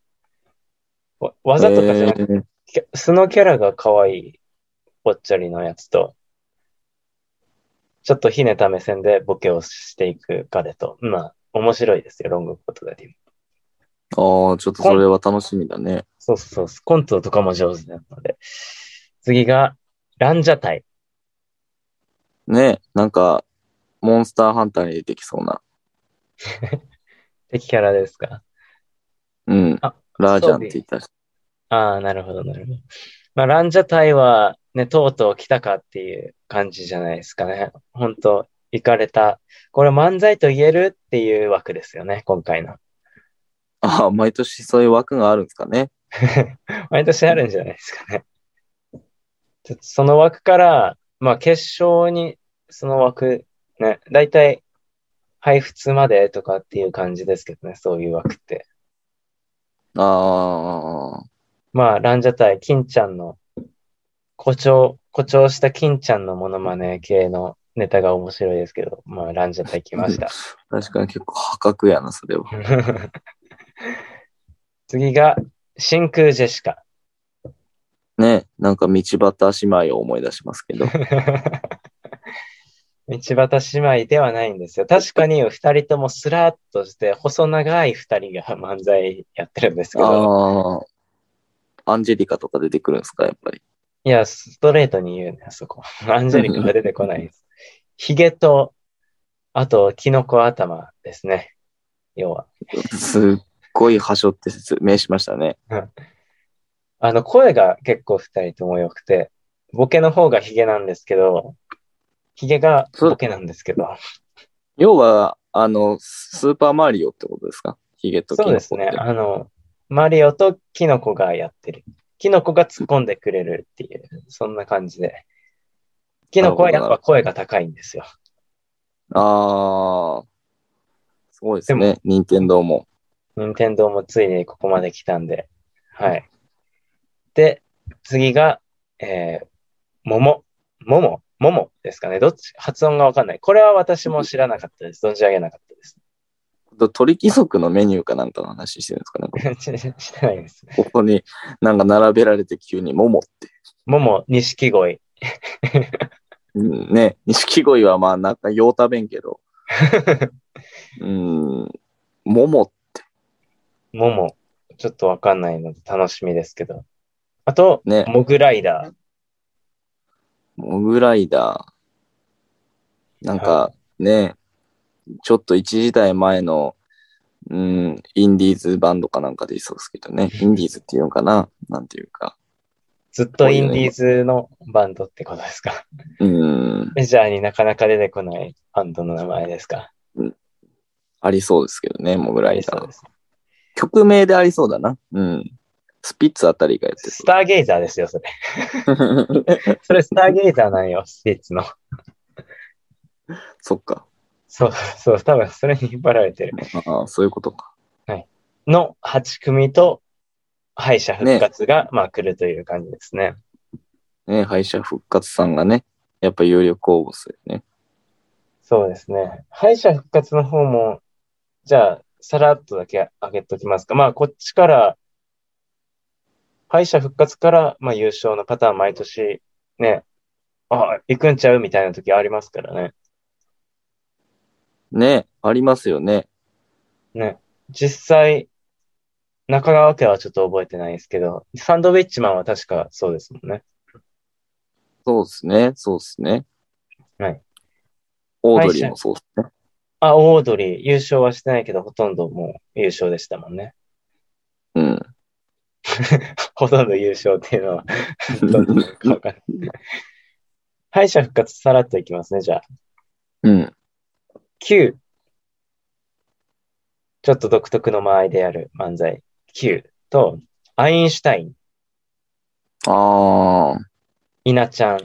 S2: わ、わざとかじゃなくて、
S1: えー
S2: キャ素のキャラが可愛いぽっちゃりのやつと、ちょっとひねた目線でボケをしていく彼と、まあ、面白いですよ、ロングコートダディも。
S1: ああ、ちょっとそれは楽しみだね。
S2: そうそうそう、コントとかも上手なので。次が、ランジャタイ。
S1: ね、なんか、モンスターハンターに出てきそうな。
S2: 敵キャラですか
S1: うん。
S2: あ
S1: ラージャンって言った人
S2: ああ、なるほど、なるほど。まあ、ランジャタイは、ね、とうとう来たかっていう感じじゃないですかね。本当行かれた。これ漫才と言えるっていう枠ですよね、今回の。
S1: ああ、毎年そういう枠があるんですかね。
S2: 毎年あるんじゃないですかね。ちょっとその枠から、まあ決勝に、その枠、ね、だいたい配布までとかっていう感じですけどね、そういう枠って。
S1: ああ、
S2: まあ、ランジャタイ、金ちゃんの、誇張、誇張した金ちゃんのモノマネ系のネタが面白いですけど、まあ、ランジャタイ来ました。
S1: 確かに結構破格やな、それは。
S2: 次が、真空ジェシカ。
S1: ね、なんか道端姉妹を思い出します
S2: <laughs>
S1: けど。
S2: 道端姉妹ではないんですよ。確かに二人ともスラーっとして、細長い二人が漫才やってるんですけど、
S1: ああ、アンジェリカとか出てくるんですか、やっぱり。
S2: いや、ストレートに言うね、あそこ。 <laughs> アンジェリカが出てこないです。ヒゲと、あと、キノコ頭ですね。要は。
S1: すっごい端折って説明しましたね。
S2: あの、声が結構二人とも良くて、ボケの方がヒゲなんですけど、ヒゲがボケなんですけど、
S1: 要は、あの、スーパーマリオってことですかヒゲとキノ
S2: そう
S1: コっ
S2: で
S1: て。
S2: すね。あの、マリオとキノコがやってる。キノコが突っ込んでくれるっていう、そんな感じで。キノコはやっぱ声が高いんですよ。
S1: ああ、すごいです
S2: で
S1: ね。任天堂も。
S2: 任天堂もついにここまで来たんで。はい。で、次が、えー、桃。桃。桃ですかね。どっち発音がわかんない。これは私も知らなかったです。存じ上げなかったです。
S1: と鳥貴族のメニューかなんかの話してるんですかね。
S2: 知 <laughs> 知らないです。
S1: ここになんか並べられて急に桃って。
S2: 桃、錦鯉。
S1: うん、ね、錦鯉はまあなんか用たべんけ
S2: <laughs>
S1: ど。うん、桃って
S2: もも、ちょっとわかんないので楽しみですけど。あと、
S1: ね、
S2: モグライダ
S1: モグライダー。なん
S2: は
S1: かね、ちょっと一時代前の、うん、インディーズバンドかなんかでいそうですけどね。インディーズっていうのかななんていうか。
S2: ー。ずっとインディーズのバンドってことです
S1: <laughs>
S2: か。
S1: うん、
S2: メジャーになかなか出てこないバンドの名前ですか。
S1: ありそうですけどね、モグライダ
S2: そう
S1: ー
S2: で。す
S1: 曲名でありそうだな。うん。スピッツあたりがやって
S2: スターゲイザーですよ、それ。
S1: そう。
S2: それスターゲイザーなんよ、スピッツの。
S1: <laughs> そっか。
S2: そうそう、多分それに引っ張られてる。
S1: ああ、そういうことか。
S2: の8組と敗者復活が、まあ来るという感じですね。
S1: ね、敗者復活さんがね、やっぱ有力応募するよね。
S2: そうですね。敗者復活の方も、じゃあ、さらっとだけ上げときますか。まあ、こっちから、敗者復活から、まあ、優勝のパターン毎年、ね、あ、行くんちゃうみたいな時ありますからね。
S1: ね、ありますよね。
S2: ね。実際、中川家はちょっと覚えてないですけど、サンドウィッチマンは確かそうですもんね。
S1: そうですね、そうですね。
S2: はい。
S1: オードリーもそうですね。
S2: あ、オードリー、優勝はしてないけど、ほとんどもう優勝でしたもんね。 <laughs>
S1: うん。
S2: ほとんど優勝っていうのは、 <laughs> どんなのかわかんない。敗者復活さらっといきますね、じゃあ。
S1: うん。
S2: 9。ちょっと独特の間合いである漫才。9と、アインシュタイン、
S1: ああ、
S2: 稲ちゃん。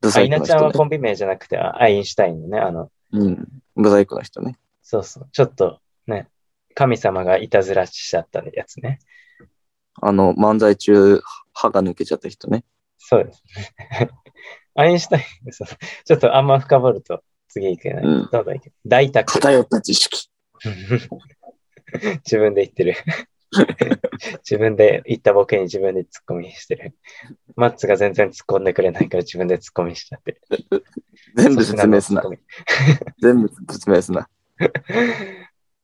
S1: ブ
S2: あ、
S1: サイク
S2: 稲
S1: の
S2: ちゃん
S1: 人
S2: は
S1: ね。
S2: コンビ名じゃなくて、あアインシュタインのね、あの、
S1: うん。ブサイクの人ね。
S2: そうそう、ちょっとね、神様がいたずらしちゃったやつね。
S1: あの、漫才中、歯が抜けちゃった人ね。
S2: そうですね。 <laughs> アインシュタイン、そうちょっとあんま深掘ると次いけない。
S1: うん
S2: どんどんいけ大宅。 <laughs>
S1: 偏った知識。
S2: 自分で言ってる。 <laughs> 自分で言ったボケに自分でツッコミしてる。マッツが全然突っ込んでくれないから自分でツッコミしちゃってる。
S1: 全部説明すな
S2: 粗。品のツ
S1: 全部説明すな。
S2: ッコ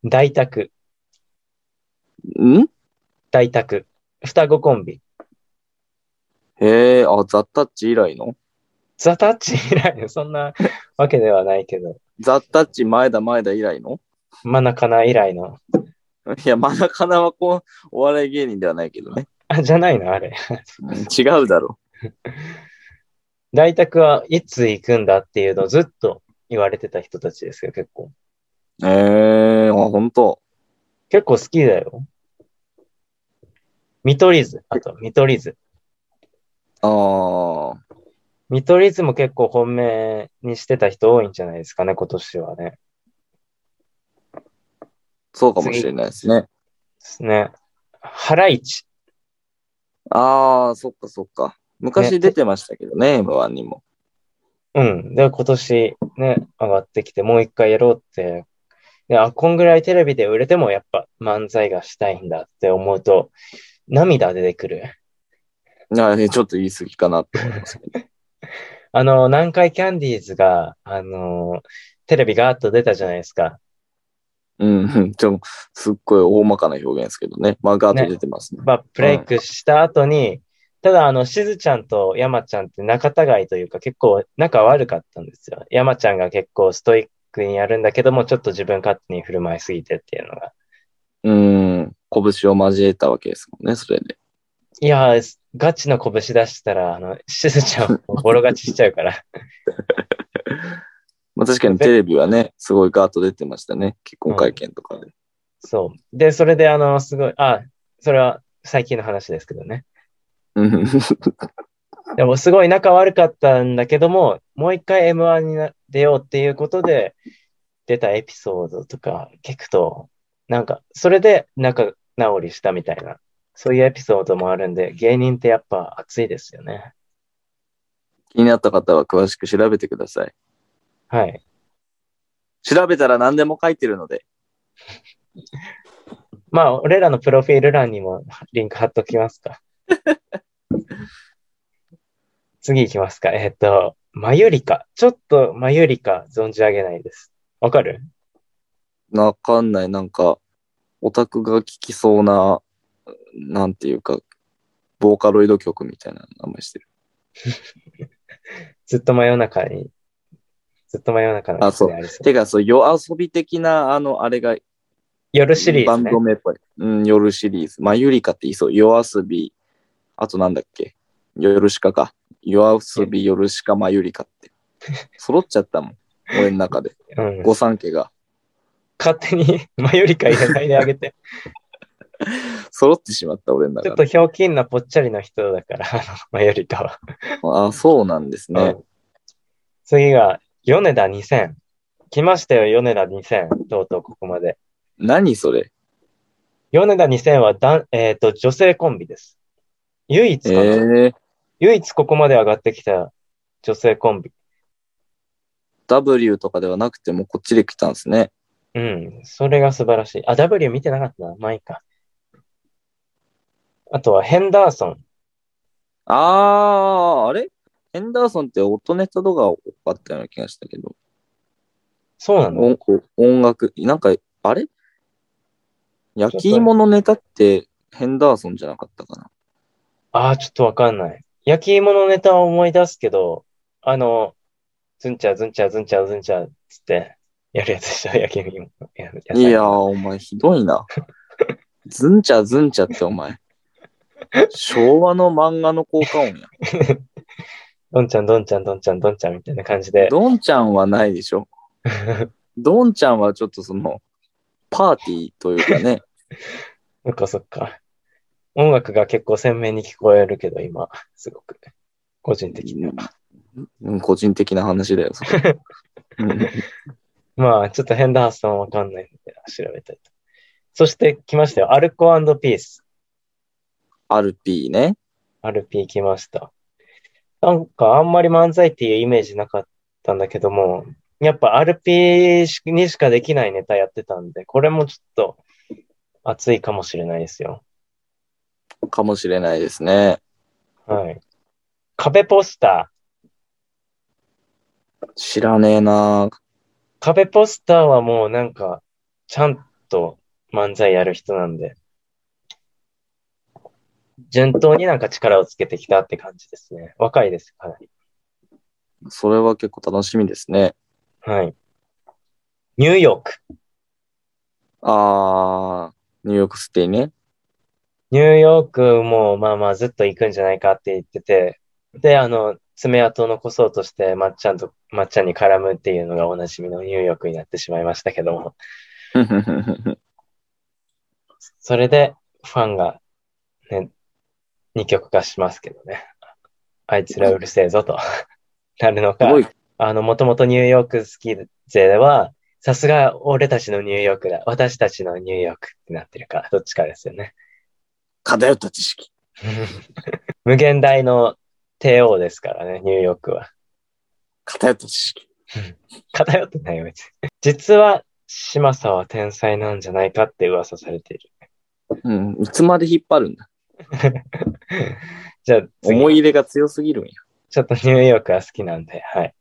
S2: ミ大宅、
S1: ん
S2: 大宅。双子コンビ。
S1: へえ、あ、ザ・タッチ以来の
S2: ザタッチ以来、そんなわけではないけど、
S1: ザ・タッチ前田前田以来の <laughs>
S2: マナカナ以来の。
S1: いや、真中なはこう、お笑い芸人ではないけどね。
S2: あ、じゃないのあれ。
S1: うん違うだろ
S2: 大宅はいつ行くんだっていうのをずっと言われてた人たちですよ、結構。
S1: う。へえ、あ、ほんと。
S2: 結構好きだよ。見取り図。あと、見取り図。
S1: ああ、
S2: 見取り図も結構本命にしてた人多いんじゃないですかね、今年はね。で
S1: そうかもしれないですね。
S2: すね。ハライチ。
S1: ああ、そっかそっか。昔
S2: ね
S1: 出てましたけどね、M1 にも。
S2: うん。で、今年ね、上がってきて、もう一回やろうって。で、あ、こんぐらいテレビで売れてもやっぱ漫才がしたいんだって思うと、涙出てくる。
S1: あちょっと言い過ぎかなって思います <laughs> けど。
S2: あの、南海キャンディーズが、あの、テレビガーッと出たじゃないですか。
S1: うんうん、ちょ、すっごい大まかな表現ですけどね。まあ、ガード出てますね。
S2: まあ、ブレイクした後に、ただ、あの、しずちゃんと山ちゃんって仲違いというか、結構仲悪かったんですよ。山ちゃんが結構ストイックにやるんだけども、ちょっと自分勝手に振る舞いすぎてっていうのが。
S1: うん、拳を交えたわけですもんね、それで。
S2: いやー、ガチの拳出したら、あの、しずちゃんをボロ勝ちしちゃうから。 <laughs>
S1: まあ、確かにテレビはね、すごいガード出てましたね。結婚会見とかで。
S2: そう。で、それで、あの、すごい、あ、それは最近の話ですけどね。
S1: うん、 <laughs>
S2: でもすごい仲悪かったんだけども、もう一回 M1 にな出ようっていうことで出たエピソードとか聞くと、なんかそれで仲直りしたみたいな、そういうエピソードもあるんで、芸人ってやっぱ熱いですよね。
S1: 気になった方は詳しく調べてください。
S2: はい。
S1: 調べたら何でも書いてるので。
S2: まあ、俺らのプロフィール欄にもリンク貼っときますか。 <laughs> 次行きますか。えっと、マユリカ。ちょっとマユリカ存じ上げないです。わかる
S1: わかんない、なんか、オタクが聴きそうな、なんていうか、ボーカロイド曲みたいな名前してる。
S2: ずっと真夜中に、ずっと真夜中の
S1: あそう
S2: ありそう
S1: てか、そう、夜遊び的な、あの、あれが、
S2: 夜シリー
S1: バ
S2: ズ、
S1: ン
S2: ね
S1: ド。名っぽい。うん、夜シリーズ。まあ、ゆりかって言いそう。夜遊び、あとなんだっけ。夜しかか。夜遊び、夜しか、まあ、ゆりかって。揃っちゃったもん。俺の中で。
S2: うん、
S1: 御三家が。
S2: 勝手に真夜中入れないであげて。
S1: 揃ってしまった、俺の
S2: ちょ
S1: 中
S2: っと
S1: で。
S2: ひょうきんなぽっちゃりの人だから、あの真夜中は。
S1: あ、そうなんですね。
S2: うん次が、米田2000。来ましたよ、米田2000。とうとうここまで。
S1: 何それ。
S2: 米田2000はだん、えっと女性コンビです。唯一
S1: え
S2: かな、
S1: ー、
S2: 唯一ここまで上がってきた女性コンビ。
S1: W とかではなくても、こっちで来たんですね。
S2: うん、それが素晴らしい。あ、W 見てなかったな。まあいいか。あとは、ヘンダーソン。
S1: あー、あれヘンダーソンって音ネタとか多かったような気がしたけど。
S2: そうなの
S1: 音音楽、なんか、あれ焼き芋のネタってヘンダーソンじゃなかったかな。
S2: ああ、ちょっとわかんない。焼き芋のネタを思い出すけど、あの、ズンチャズンチャズンチャズンチャつってやるやつでしょ、 <laughs> 焼き芋。や野菜
S1: いやー、お前ひどいな。ズンチャズンチャってお前。昭和の漫画の効果音や。
S2: どんちゃんどんちゃんどんちゃんどんちゃんみたいな感じで。
S1: ドンちゃんはないでしょ。ドンちゃんはちょっとその、パーティーというかね、
S2: そっかそっか。音楽が結構鮮明に聞こえるけど、今、すごく。個人的には。
S1: うん個人的な話だよ、それうん
S2: まあ、ちょっとヘンダーソンわかんないので、調べたいと。そして来ましたよ。アルコピース。
S1: アルピーね。
S2: RP 来ました。なんかあんまり漫才っていうイメージなかったんだけども、やっぱ RP にしかできないネタやってたんで、これもちょっと熱いかもしれないですよ。
S1: かもしれないですね。
S2: はい。壁ポスター。
S1: 知らねえな
S2: 壁ポスターはもうなんか、ちゃんと漫才やる人なんで、順当になんか力をつけてきたって感じですね。若いです、かなり。
S1: それは結構楽しみですね。
S2: はい。ニューヨーク。
S1: あー、ニューヨークステイね。
S2: ニューヨークもまあまあずっと行くんじゃないかって言ってて、で、あの、爪痕を残そうとして、まっちゃんと、まっちゃんに絡むっていうのがおなじみのニューヨークになってしまいましたけども、それでファンがね、二極化しますけどね。あいつらうるせえぞと <laughs> なるの
S1: す
S2: か
S1: ご、い。
S2: あの、もともとニューヨーク好き勢では、さすが俺たちのニューヨークだ、私たちのニューヨークってなってるか、どっちかです
S1: <laughs>
S2: よね。
S1: 偏った知識。
S2: 無限大の帝王ですからね、ニューヨークは。
S1: 偏った知識。
S2: 偏ってないよ、別に。実は、嶋佐は天才なんじゃないかって噂されている。
S1: うん。いつまで引っ張るんだ。
S2: じゃあ次、
S1: 思い入れが強すぎるんや。
S2: ちょっとニューヨークは好きなんで、はい。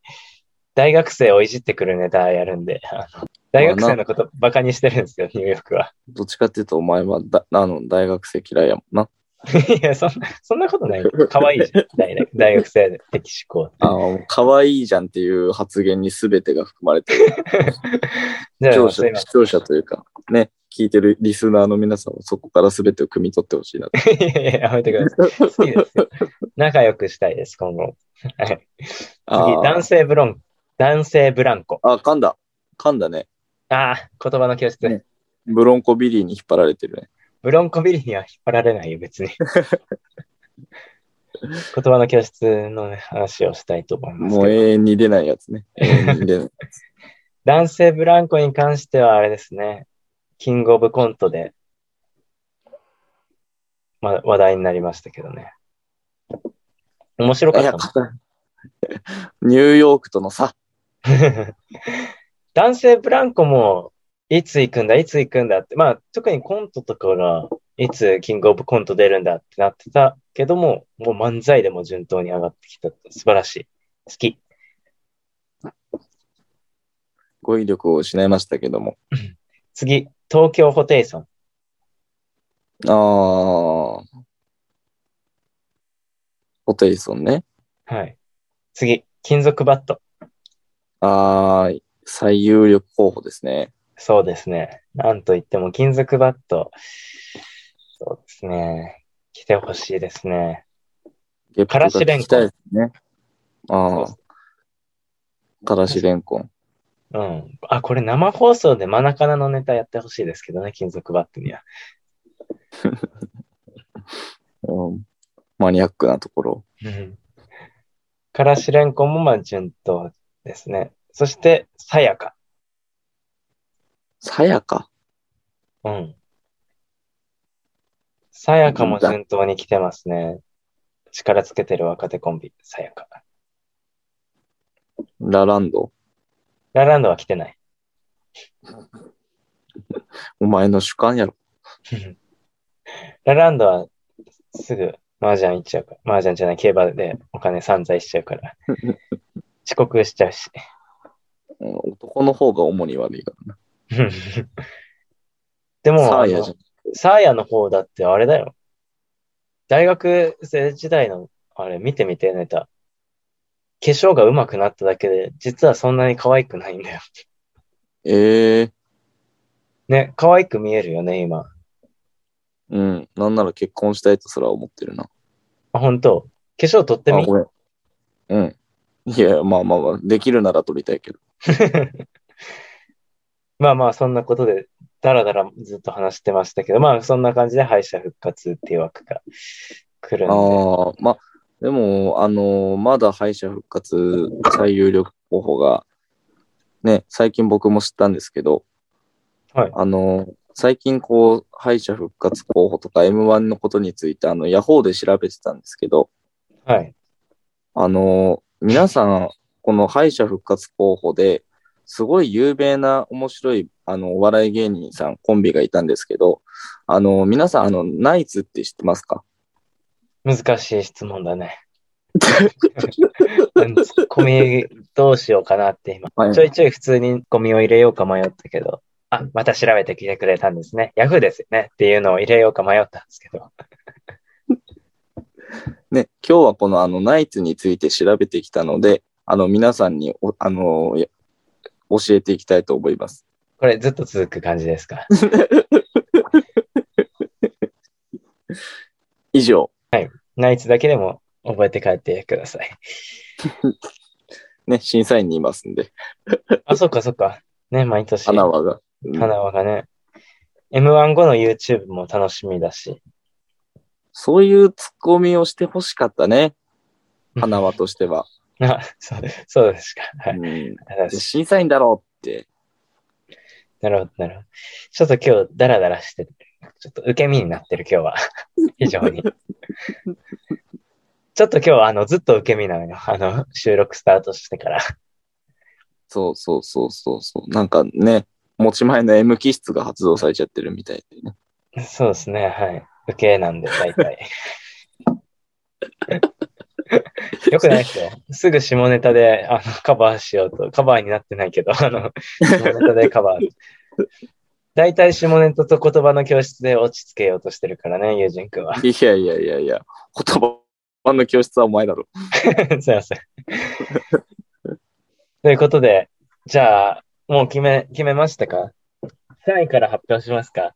S2: 大学生をいじってくるネタやるんで、あの大学生のことバカにしてるんですよ、ニューヨークは。 <laughs>
S1: どっちかっていうと、お前はだ、あの、大学生嫌いやもんな。
S2: いや、そんな、そんなことない。可愛いじゃん。
S1: <laughs>
S2: 大学大学生的思考。
S1: あの、可愛いじゃんっていう発言に全てが含まれてる。
S2: じゃあ、
S1: 視聴
S2: すいま
S1: 者、視聴者というか、ね、聞いてるリスナーの皆さんはそこから全てを汲み取ってほしいなと。
S2: せん。 <laughs> いやいや、やめてください。好きですよ。仲良くしたいです、今後。はい。次、
S1: あー
S2: 男性ブロン、男性ブランコ。
S1: あ、噛んだ。噛んだね。
S2: ああ、言葉の教室。
S1: ねブロンコビリーに引っ張られてるね。
S2: ブロンコビリには引っ張られない
S1: <laughs>
S2: よ、別に。言葉の教室の、ね、話をしたいと思います
S1: も
S2: け
S1: う
S2: ど。
S1: 永遠に出ないやつ
S2: <laughs>
S1: ね。永遠に出ない。
S2: 男性ブランコに関してはあれですね、キングオブコントで、ま、話題になりましたけどね。面白か
S1: い
S2: っ
S1: や
S2: たもん
S1: ニューヨークとの差。
S2: <laughs> 男性ブランコも、いつ行くんだ、いつ行くんだって、まあ、特にコントとかが、いつキングオブコント出るんだってなってたけども、もう漫才でも順当に上がってきた。素晴らしい。好き。
S1: 語彙力を失いましたけども。
S2: 次、東京ホテイソン。
S1: ああ。ホテイソンね。
S2: はい。次、金属バット。
S1: あー、最有力候補ですね。
S2: そうですね。なんといっても金属バット。そうですね。来てほしいですね。
S1: ゲップが聞きたいですね。
S2: そ
S1: あ
S2: う
S1: あ。からしれんこん。
S2: うん。あ、これ生放送でマナカナのネタやってほしいですけどね、金属バットには。
S1: うんマニアックなところ。
S2: うん。からしれんこんもまあ順当ですね。そして、さやか。
S1: さやか。
S2: うん。さやかも順当に来てますね。力つけてる若手コンビ、さやか。
S1: ラランド。
S2: ラランドは来てない。
S1: お前の主観やろ。
S2: ラランドはすぐ麻雀行っちゃうから。麻雀じゃない、競馬でお金散財しちゃう
S1: <laughs>
S2: から。遅刻しちゃうし。 <laughs>
S1: うん男の方が主に悪いからな。
S2: でも、
S1: サ
S2: あ
S1: ーヤじゃ
S2: の
S1: ん。
S2: サーヤの方だってあれだよ。大学生時代の、あれ見てみて、ネタ。化粧が上手くなっただけで、実はそんなに可愛くないんだよ。
S1: ええ
S2: ね、可愛く見えるよね、今。
S1: うん。なんなら結婚したいとすら思ってるな。
S2: あ、本当化粧取って
S1: あ、
S2: み
S1: ごめん。うん。いやいや、まあまあまあ、できるなら撮りたいけど。
S2: <laughs> まあまあ、そんなことで、だらだらずっと話してましたけど、まあ、そんな感じで敗者復活っていう枠が来るんで。
S1: ああ、まあ、でも、あのーまだ敗者復活最有力候補が、ね、最近僕も知ったんですけど、
S2: はい
S1: あのー最近こう、敗者復活候補とか M1 のことについて、あの、ヤホーで調べてたんですけど、
S2: はい。
S1: あのー皆さん、この敗者復活候補で、すごい有名な面白い、あの、お笑い芸人さん、コンビがいたんですけど、あのー皆さん、あの、ナイツって知ってますか
S2: 難しい質問だね。 <laughs> うんツッコミどうしようかなって今。
S1: はい
S2: ちょいちょい普通にツッコミを入れようか迷ったけど、あ、また調べてきてくれたんですね。ヤフーですよねっていうのを入れようか迷ったんですけど。
S1: ね、今日はこのあのナイツについて調べてきたので、あの皆さんにおあのや教えていきたいと思います。
S2: これずっと続く感じですか。
S1: 以上、
S2: ナイツだけでも覚えて帰ってください。
S1: ね、審査員にいますんで、
S2: あ、そっかそっか。ね、毎年。
S1: 花輪が。うん
S2: 花輪がね。M1 後の YouTube も楽しみだし。
S1: そういうツッコミをしてほしかったね、花輪としては。
S2: あ、そう、そうですか。は
S1: う
S2: い。
S1: ん、
S2: 話し
S1: 審査員だろうって。
S2: なるほど、なるほど。ちょっと今日、ダラダラして、ちょっと受け身になってる、今
S1: <laughs>
S2: 日は。非常に。ちょっと今日は、あの、ずっと受け身なのよ。あの、収録スタートしてから。
S1: そうそうそうそうそう。なんかね、持ち前の M 気質が発動されちゃってるみたいで
S2: <laughs>
S1: ね。
S2: そうですね、はい。受けなんで、大体。よくないですよ。すぐ下ネタで、あの、カバーしようと。カバーになってないけど、あの、下ネタでカバー。大体下ネタと言葉の教室で落ち着けようとしてるからね、友人くんは。 <laughs>
S1: いやいやいやいや、言葉の教室はお前だろ。
S2: すいません。ということで、じゃあ、もう決め、決めましたか ?3 位から発表しますか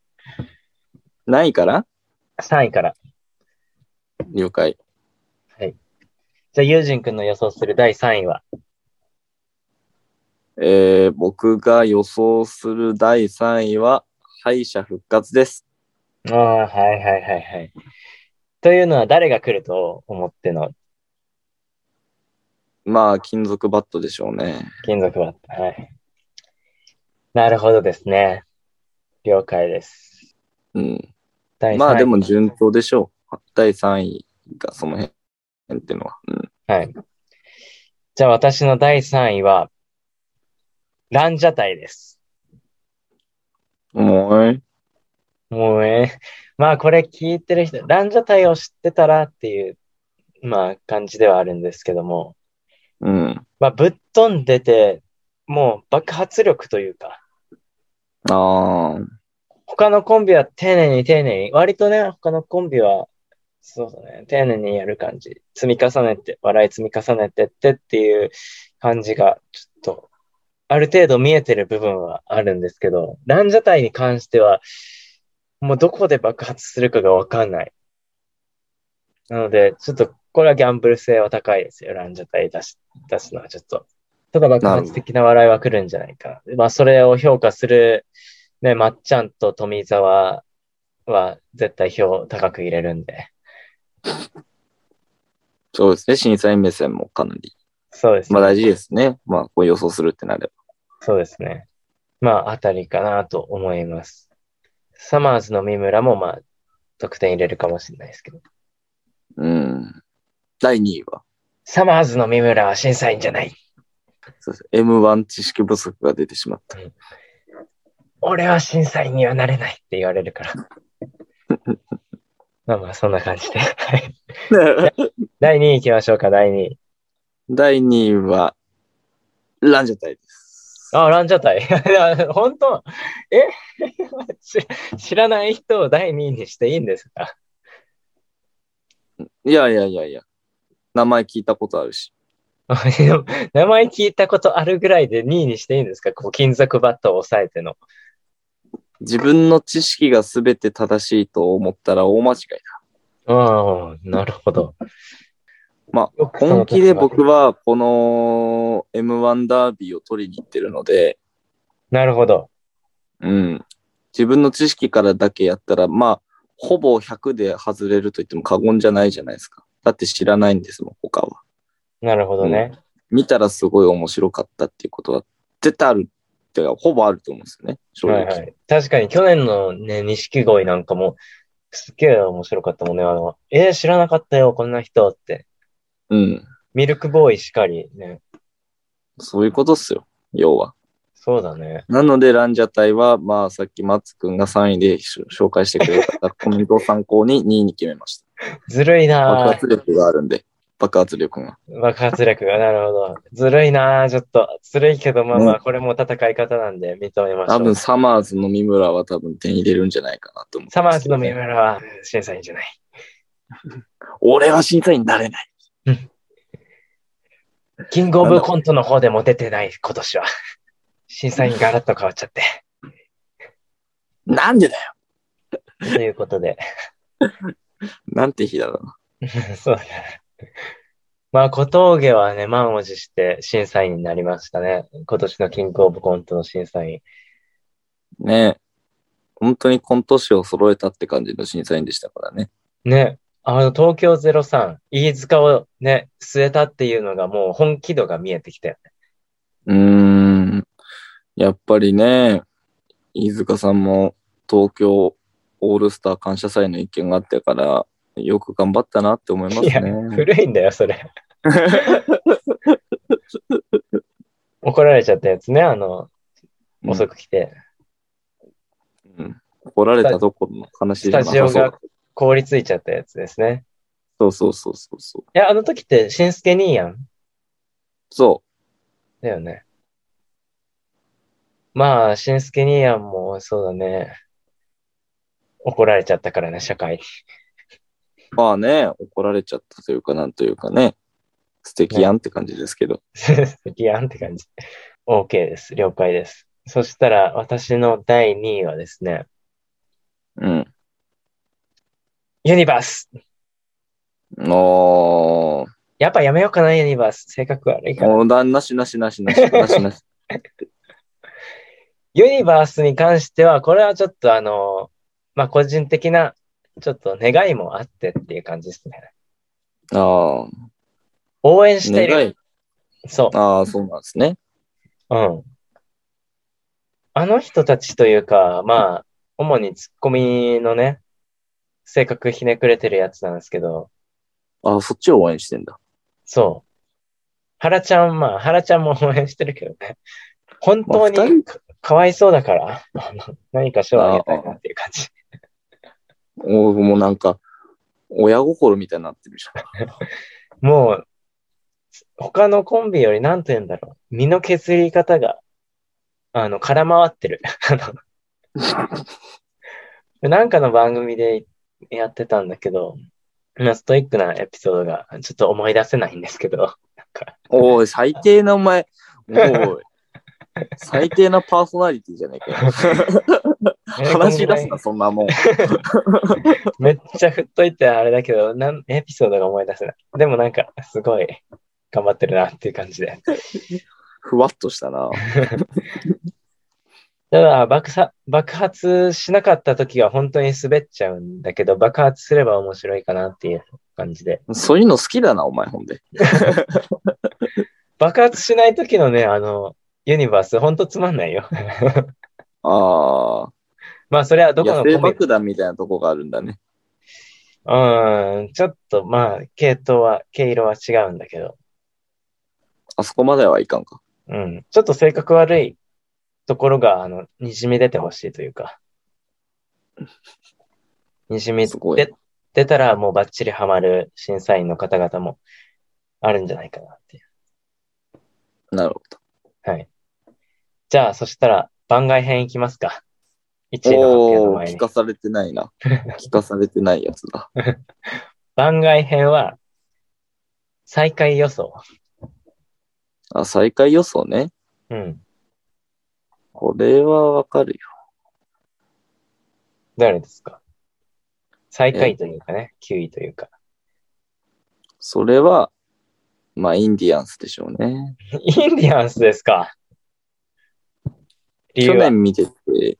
S1: ないから
S2: 3位から。
S1: 了解。
S2: じゃあ、ユージン君の予想する第3位は
S1: えー僕が予想する第3位は、敗者復活です。
S2: ああ、はいはいはいはい。というのは誰が来ると思っての
S1: まあ、金属バットでしょうね。
S2: 金属バット。はい。なるほどですね。了解です。
S1: うん。
S2: 第3位。
S1: まあ、でも順当でしょう。第3位がその辺っていうのは。うん、
S2: はい。じゃあ、私の第3位は、ランジャタイです。
S1: おい。
S2: もうね、まあこれ聞いてる人、ランジャタイを知ってたらっていう、まあ感じではあるんですけども、
S1: うん。
S2: まあぶっ飛んでて、もう爆発力というか、
S1: ああ。
S2: 他のコンビは丁寧に丁寧に、割とね、他のコンビは、そうだね、丁寧にやる感じ、積み重ねて、笑い積み重ねてってっていう感じが、ちょっと、ある程度見えてる部分はあるんですけど、ランジャタイに関しては、もうどこで爆発するかがわかんない。なので、ちょっと、これはギャンブル性は高いですよ、ランジャタイ出し、出すのはちょっと。ただ爆発的な笑いは来るんじゃないかな。まあ、それを評価する、ね、まっちゃんと富澤は絶対票高く入れるんで。
S1: そうですね。審査員目線もかなり。
S2: そうです
S1: ま
S2: ね。
S1: あ、大事ですね。まあ、こう予想するってなれば。
S2: そうですね。まあ、あたりかなと思います。サマーズの三村もまあ、得点入れるかもしれないですけど。
S1: うん。第2位は。
S2: サマーズの三村は審査員じゃない。
S1: そうです。M1 知識不足が出てしまった。
S2: 俺は審査員にはなれないって言われるから。
S1: <laughs>
S2: まあまあ、そんな感じで。はい第2位行きましょうか、第2位。
S1: 第2位は、ランジャタイです。
S2: あ、ランジャタイ。 <laughs> 本当え <laughs> 知知らない人を第2位にしていいんですか <laughs>
S1: いやいやいやいや。名前聞いたことあるし。
S2: でも名前聞いたことあるぐらいで2位にしていいんですかこう金属バットを抑えての。
S1: 自分の知識が全て正しいと思ったら大
S2: <laughs>
S1: 間違いだ。
S2: ああ、なるほど。
S1: ま
S2: よくその
S1: 本気
S2: 時
S1: で
S2: は
S1: 僕はこの M1 ダービーを取りに行ってるので、
S2: なるほど。
S1: うん。自分の知識からだけやったら、まあ、ほぼ100で外れると言っても過言じゃないじゃないですか。だって知らないんですもん、他は。
S2: なるほどね。
S1: 見たらすごい面白かったっていうことは絶対あるっていうかほぼあると思うんですよね正直、
S2: はいはい。確かに去年のね、錦鯉なんかも、すっげえ面白かったもんね。あの、えー、知らなかったよ、こんな人って。
S1: うん
S2: ミルクボーイしかりね。
S1: そういうことっすよ要は
S2: そうだね。
S1: なのでランジャタイはまあさっきマツくんが3位でし紹介してくれた <laughs> コメントを参考に2位に決めました
S2: ずるい
S1: 爆
S2: なー
S1: 発力があるんで爆発力が
S2: 爆発力が。なるほど。ずるいなーちょっと。ずるいけど、まあまあ、
S1: う
S2: これも戦い方なんで認めまし
S1: 多
S2: ょう。
S1: 分サマーズの三村は多分手に入れるんじゃないかなと思う
S2: サマーズの三村は審査員じゃない。
S1: 俺は審査員になれない
S2: キングオブコントの方でも出てない、
S1: <laughs>
S2: 今年は。審査員ガラッと変わっちゃって。
S1: なんでだよ
S2: ということで。 <laughs>
S1: なんて日だろうな
S2: そうだね。まあ、小峠はね、満を持して審査員になりましたね。今年のキングオブコントの審査員。
S1: ねえ本当にコント師を揃えたって感じの審査員でしたからね
S2: ね、あの、東京03、飯塚をね、据えたっていうのがもう本気度が見えてきたよね。
S1: うーん。やっぱりね、飯塚さんも東京オールスター感謝祭の一件があってから、よく頑張ったなって思います
S2: いや、
S1: ね。
S2: 古いんだよ、それ。怒られちゃったやつね、あの、
S1: うん
S2: 遅く来て。
S1: うん怒られたところの話
S2: ス
S1: じゃ
S2: タ
S1: な
S2: ジオ
S1: さそう
S2: が。凍りついちゃったやつですね。
S1: そうそうそうそうそう。
S2: いや、あの時って、しんすけ兄やん。
S1: そ
S2: だよね。まあ、しんすけ兄やんも、そうだね。怒られちゃったからね、社会に。 <laughs>
S1: う。まあね、怒られちゃったというか、なんというかね、素敵やんって感じですけど。
S2: ギやんって感じ。OK です。了解です。そしたら、私の第2位はですね、
S1: うん。
S2: ユニバース。
S1: おー。
S2: やっぱやめようかな、ユニバース。性格悪いから。
S1: おだなしなしなしなしなしな
S2: <laughs>
S1: し。
S2: ユニバースに関しては、これはちょっとあの、まあ、個人的な、ちょっと願いもあってっていう感じですね。
S1: ああ。
S2: 応援している。
S1: 願い。
S2: そう。
S1: ああ、そうなんですね。
S2: うん。あの人たちというか、まあ、主にツッコミのね、性格ひねくれてるやつなんですけど、
S1: ああ、そっちを応援してんだ。
S2: そう。原ちゃん、まあ、原ちゃんも応援してるけどね。本当
S1: まあ
S2: にかかわいそうだから、あの何か賞をあげたいなっていう感じ。
S1: おもうなんか、親心みたいになってるじゃん。
S2: もう、他のコンビより何て言うんだろう。身の削り方が、あの、空回ってる。あの <laughs> なんかの番組でやってたんだけど、まあストイックなエピソードがちょっと思い出せないんですけど、
S1: おい、最低なお前。おい。最低なパーソナリティじゃねえかよ。 <laughs>
S2: <laughs>
S1: 話し出すな、そんなもん。
S2: めっちゃ振っといてあれだけど、なんエピソードが思い出せない。でもなんか、すごい頑張ってるなっていう感じで。
S1: ふわっとしたな。
S2: ただ爆さ、爆発しなかった時は本当に滑っちゃうんだけど、爆発すれば面白いかなっていう感じで。
S1: そういうの好きだな、お前、ほんで。
S2: 爆発しない時のね、あの、ユニバース、本当つまんないよ。 <laughs>
S1: ああ。
S2: まあ、それはどこの
S1: 野
S2: コ
S1: 生
S2: メント
S1: 爆弾みたいなとこがあるんだね。
S2: うーん、ちょっとまあ、系統は、毛色は違うんだけど、
S1: あそこまではいかんか。
S2: うん、ちょっと性格悪いところが、あの、にじみ出てほしいという
S1: <laughs>
S2: か、にじみ
S1: すご
S2: 出
S1: い
S2: 出たらもうバッチリハマる審査員の方々もあるんじゃないかなっていう。
S1: なるほ
S2: はい。じゃあ、そしたら番外編いきますか。1位の発表の
S1: おー、
S2: 前
S1: 聞
S2: に
S1: か。されてないな。聞かされてないやつだ。
S2: 番外編は、最下位予想。
S1: あ、最下位予想ね。
S2: うん。
S1: これはわかるよ。
S2: 誰ですか最下位というかね、9位というか。
S1: それは、まあ、インディアンスでしょうね。
S2: インディアンスですか理
S1: 去
S2: 由は
S1: 年見てて、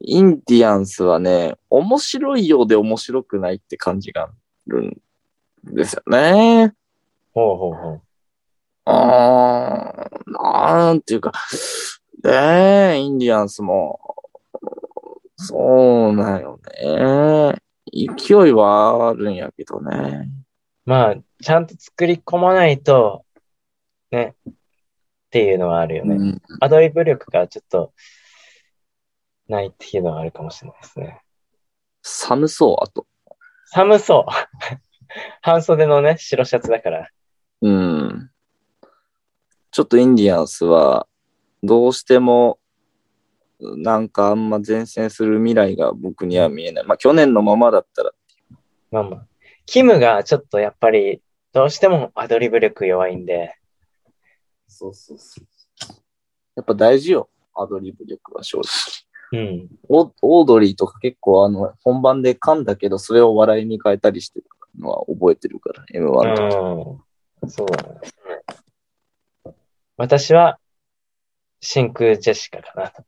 S1: インディアンスはね、面白いようで面白くないって感じがあるんですよね。
S2: ほうほうほう。
S1: あー、なんていうか、ねえ、インディアンスも、そうなんよね。勢いはあるんやけどね。
S2: まあ、ちゃんと作り込まないと、ね、っていうのはあるよね。
S1: うん
S2: アドリブ力がちょっと、ないっていうのはあるかもしれないですね。
S1: 寒そう、あと。
S2: 寒そう。半袖のね、白シャツだから。
S1: うん。ちょっとインディアンスは、どうしても、なんかあんま前線する未来が僕には見えない。まあ去年のままだったら、
S2: まあまあ。キムがちょっとやっぱり、どうしてもアドリブ力弱いんで、
S1: そうそうそう。やっぱ大事よ、アドリブ力は正直。
S2: うん。
S1: オオードリーとか結構あの、本番で噛んだけど、それを笑いに変えたりしてるのは覚えてるから、M1
S2: う
S1: の時
S2: ん。そうだね。私は、真空ジェシカかなと。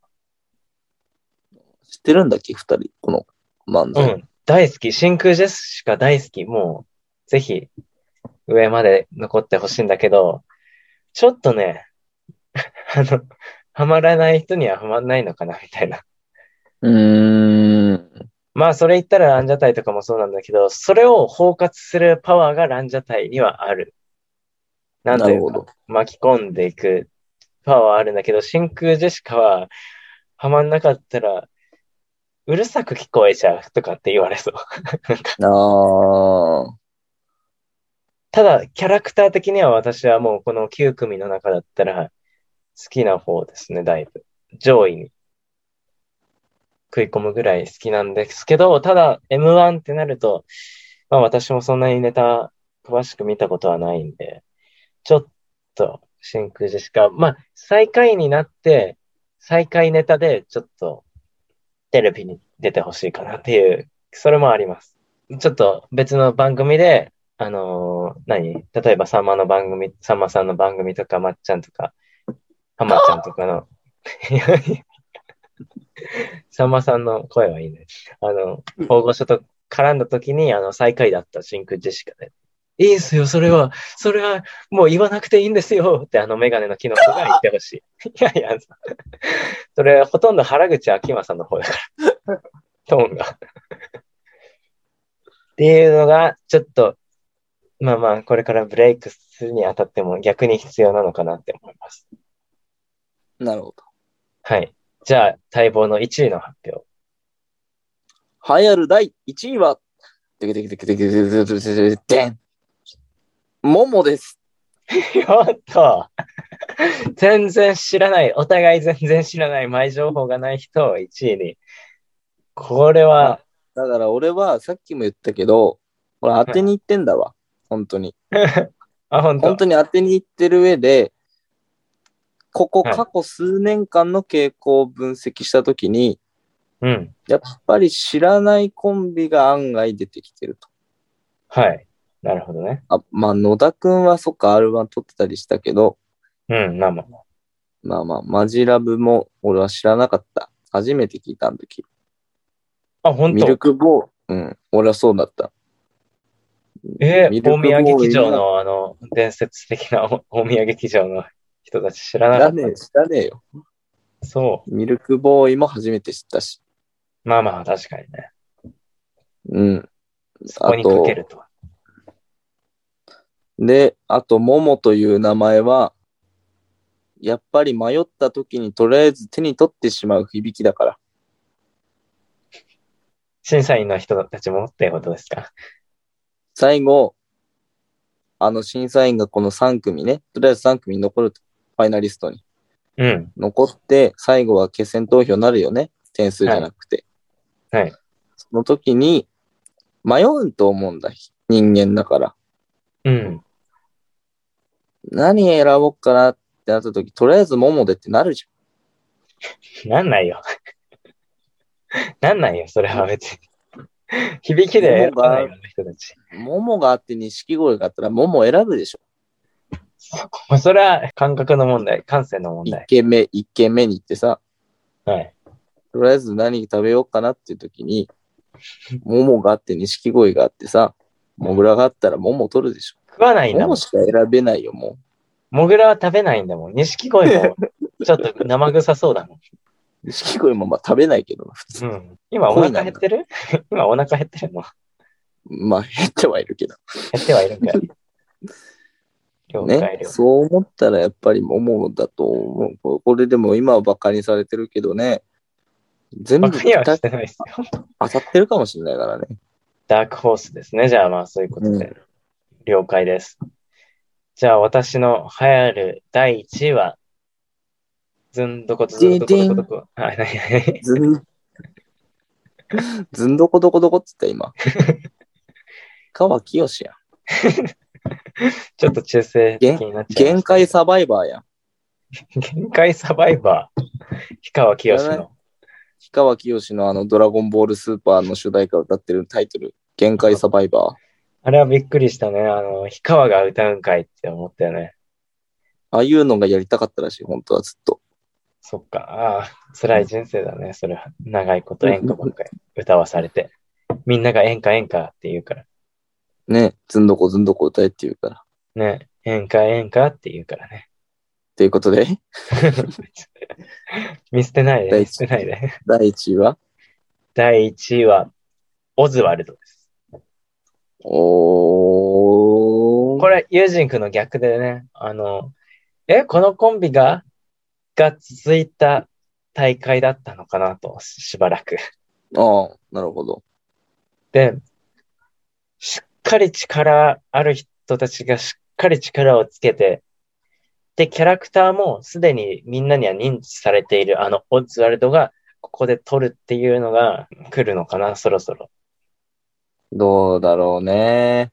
S1: 知ってるんだっけ、二人、この漫
S2: う
S1: 才。
S2: ん。大好き。真空ジェシカ大好き。もう、ぜひ、上まで残ってほしいんだけど、ちょっとね、 <laughs> あの、ハマらない人にはハマんないのかな、みたいな。
S1: うーん。
S2: まあ、それ言ったらランジャタイとかもそうなんだけど、それを包括するパワーがランジャタイにはある。なんと
S1: ないる
S2: う
S1: ほ
S2: か、
S1: ど。
S2: 巻き込んでいくパワーはあるんだけど、真空ジェシカは、ハマんなかったら、うるさく聞こえちゃうとかって言われそう。なんか
S1: ああ、
S2: ただ、キャラクター的には私はもうこの9組の中だったら、好きな方ですね、だいぶ。上位に食い込むぐらい好きなんですけど、ただ M1 ってなると、まあ私もそんなにネタ詳しく見たことはないんで、ちょっと真空ジェシカ、まあ最下位になって、最下位ネタでちょっとテレビに出てほしいかなっていう、それもあります。ちょっと別の番組で、あのー何例えばさんまの番組、さんまさんの番組とか、まっちゃんとか、はまちゃんとかの、 <laughs> さんまさんの声はいいね。あの、大御所と絡んだ時に、あの、最下位だった真空ジェシカで。いいんすよ、それは。それは、もう言わなくていいんですよ。って、あの、メガネのキノコが言ってほしい。い <laughs> やいや、それ、ほとんど原口あきまさんの方だから。トーンが。っていうのが、ちょっと、まあまあ、これからブレイクするにあたっても逆に必要なのかなって思います。
S1: なるほど。
S2: はい。じゃあ、待望の1位の発表。 <laughs>
S1: 栄えある第1位は、てけてけてけてけてけてけてけてけんももです。
S2: おっと <laughs> 全然知らない、お互い全然知らない前情報がない人を1位に。これは、
S1: だから俺はさっきも言ったけど、これ当てに行ってんだわ。本当に。
S2: あ、本当
S1: 本当に当てに行ってる上で、ここ
S2: はい
S1: 過去数年間の傾向を分析したときに、
S2: うん。
S1: やっぱり知らないコンビが案外出てきてると。
S2: はい。なるほどね。
S1: あまあ、野田くんはそっか R1 撮ってたりしたけど、
S2: うん、まあまあ。
S1: まあまあ、マジラブも俺は知らなかった。初めて聞いたんだけ
S2: あ、本
S1: ミル
S2: 当
S1: クボーイ、うん、俺はそうだった。
S2: え
S1: ミ
S2: ー、
S1: ルク
S2: 大宮劇場
S1: ボ
S2: のあの、伝説的なお大宮劇場の人たち知らな
S1: 知
S2: からっ
S1: ねえ、知らねえよ。
S2: た。そ
S1: ミルクボーイも初めて知ったし。
S2: う。まあまあ、確かにね。
S1: うん。
S2: そこにかけると。
S1: で、あと、ももという名前は、やっぱり迷った時にとりあえず手に取ってしまう響きだから。
S2: 審査員の人たちもってことですか。
S1: 最後、あの審査員がこの3組ね、とりあえず3組に残ると、ファイナリストに。
S2: うん。
S1: 残って、最後は決選投票になるよね。点数じゃなくて。
S2: はいはい
S1: その時に、迷うと思うんだ、人間だから。
S2: うん。
S1: 何選ぼうかなってなった時、とりあえず桃でってなるじ
S2: なんないよ。 <laughs> なんないよ、それは別に。響きで選ばないよ、あの人たち。
S1: ゃん。桃があって錦鯉があったら桃選ぶでしょ。
S2: まあそれは感覚の問題、感性の問
S1: 一
S2: 題。
S1: 軒目、一軒目に行ってさ、
S2: はい。
S1: とりあえず何食べようかなっていう時に、桃があって錦鯉があってさ、モグラがあったら桃取るでしょ。
S2: 食わないんだ
S1: 桃
S2: もん。
S1: しか選べないよ、も
S2: モグラは食べないんだもん。錦鯉 <laughs> も、ちょっと生臭そうだもん。
S1: う。錦鯉もまあ食べないけどな、普通。
S2: うん。今お腹減ってる <laughs> 今お腹減ってるの
S1: まあ減ってはいるけど。
S2: 減ってはいるんかい。了解
S1: ね、
S2: 了。
S1: そう思ったらやっぱり桃だと思う。ここれでも今はバカにされてるけどね、全部
S2: バカには
S1: た
S2: してないですよ。
S1: 当たってるかもしれないからね。
S2: ダークホースですね。じゃあまあそういうことで。
S1: う
S2: 了解です。じゃあ私の流行る第1位は、ずんどこずんどこどこどこ。あ、なになに
S1: ずん、ずんどこどこどこって言っ
S2: <laughs>
S1: た今。川きよしやん。
S2: ちょっと中性的になっちゃいま
S1: 限
S2: した。
S1: 界サバイバーやん。
S2: 限界サバイバー。氷川きよし
S1: 知ら
S2: の。
S1: 氷川きよしのあのドラゴンボールスーパーの主題歌を歌ってるタイトル、限界サバイバー。
S2: あれはびっくりしたね。あの、氷川が歌うんかいって思ったよね。
S1: ああいうのがやりたかったらしい、本当はずっと。
S2: そっか。ああ、辛い人生だね。それは。長いこと演歌ばっかり歌わされて。みんなが演歌演歌って言うから。
S1: ね、ずんどこずんどこ歌えって言うから。
S2: ね。演歌演歌って言うからね。
S1: ということで、 <laughs>
S2: <laughs> 見捨てないで。
S1: 第
S2: 見
S1: 一
S2: 捨てないで。
S1: 第1位は、
S2: 第1位は、オズワルドです。
S1: おー。
S2: これ、ユージンクの逆でね、あの、え、このコンビが、が続いた大会だったのかなと、ししばらく。
S1: ああ、なるほど。
S2: で、しっかり力ある人たちがしっかり力をつけて、で、キャラクターもすでにみんなには認知されているあのオズワルドがここで取るっていうのが来るのかな、そろそろ。
S1: どうだろうね。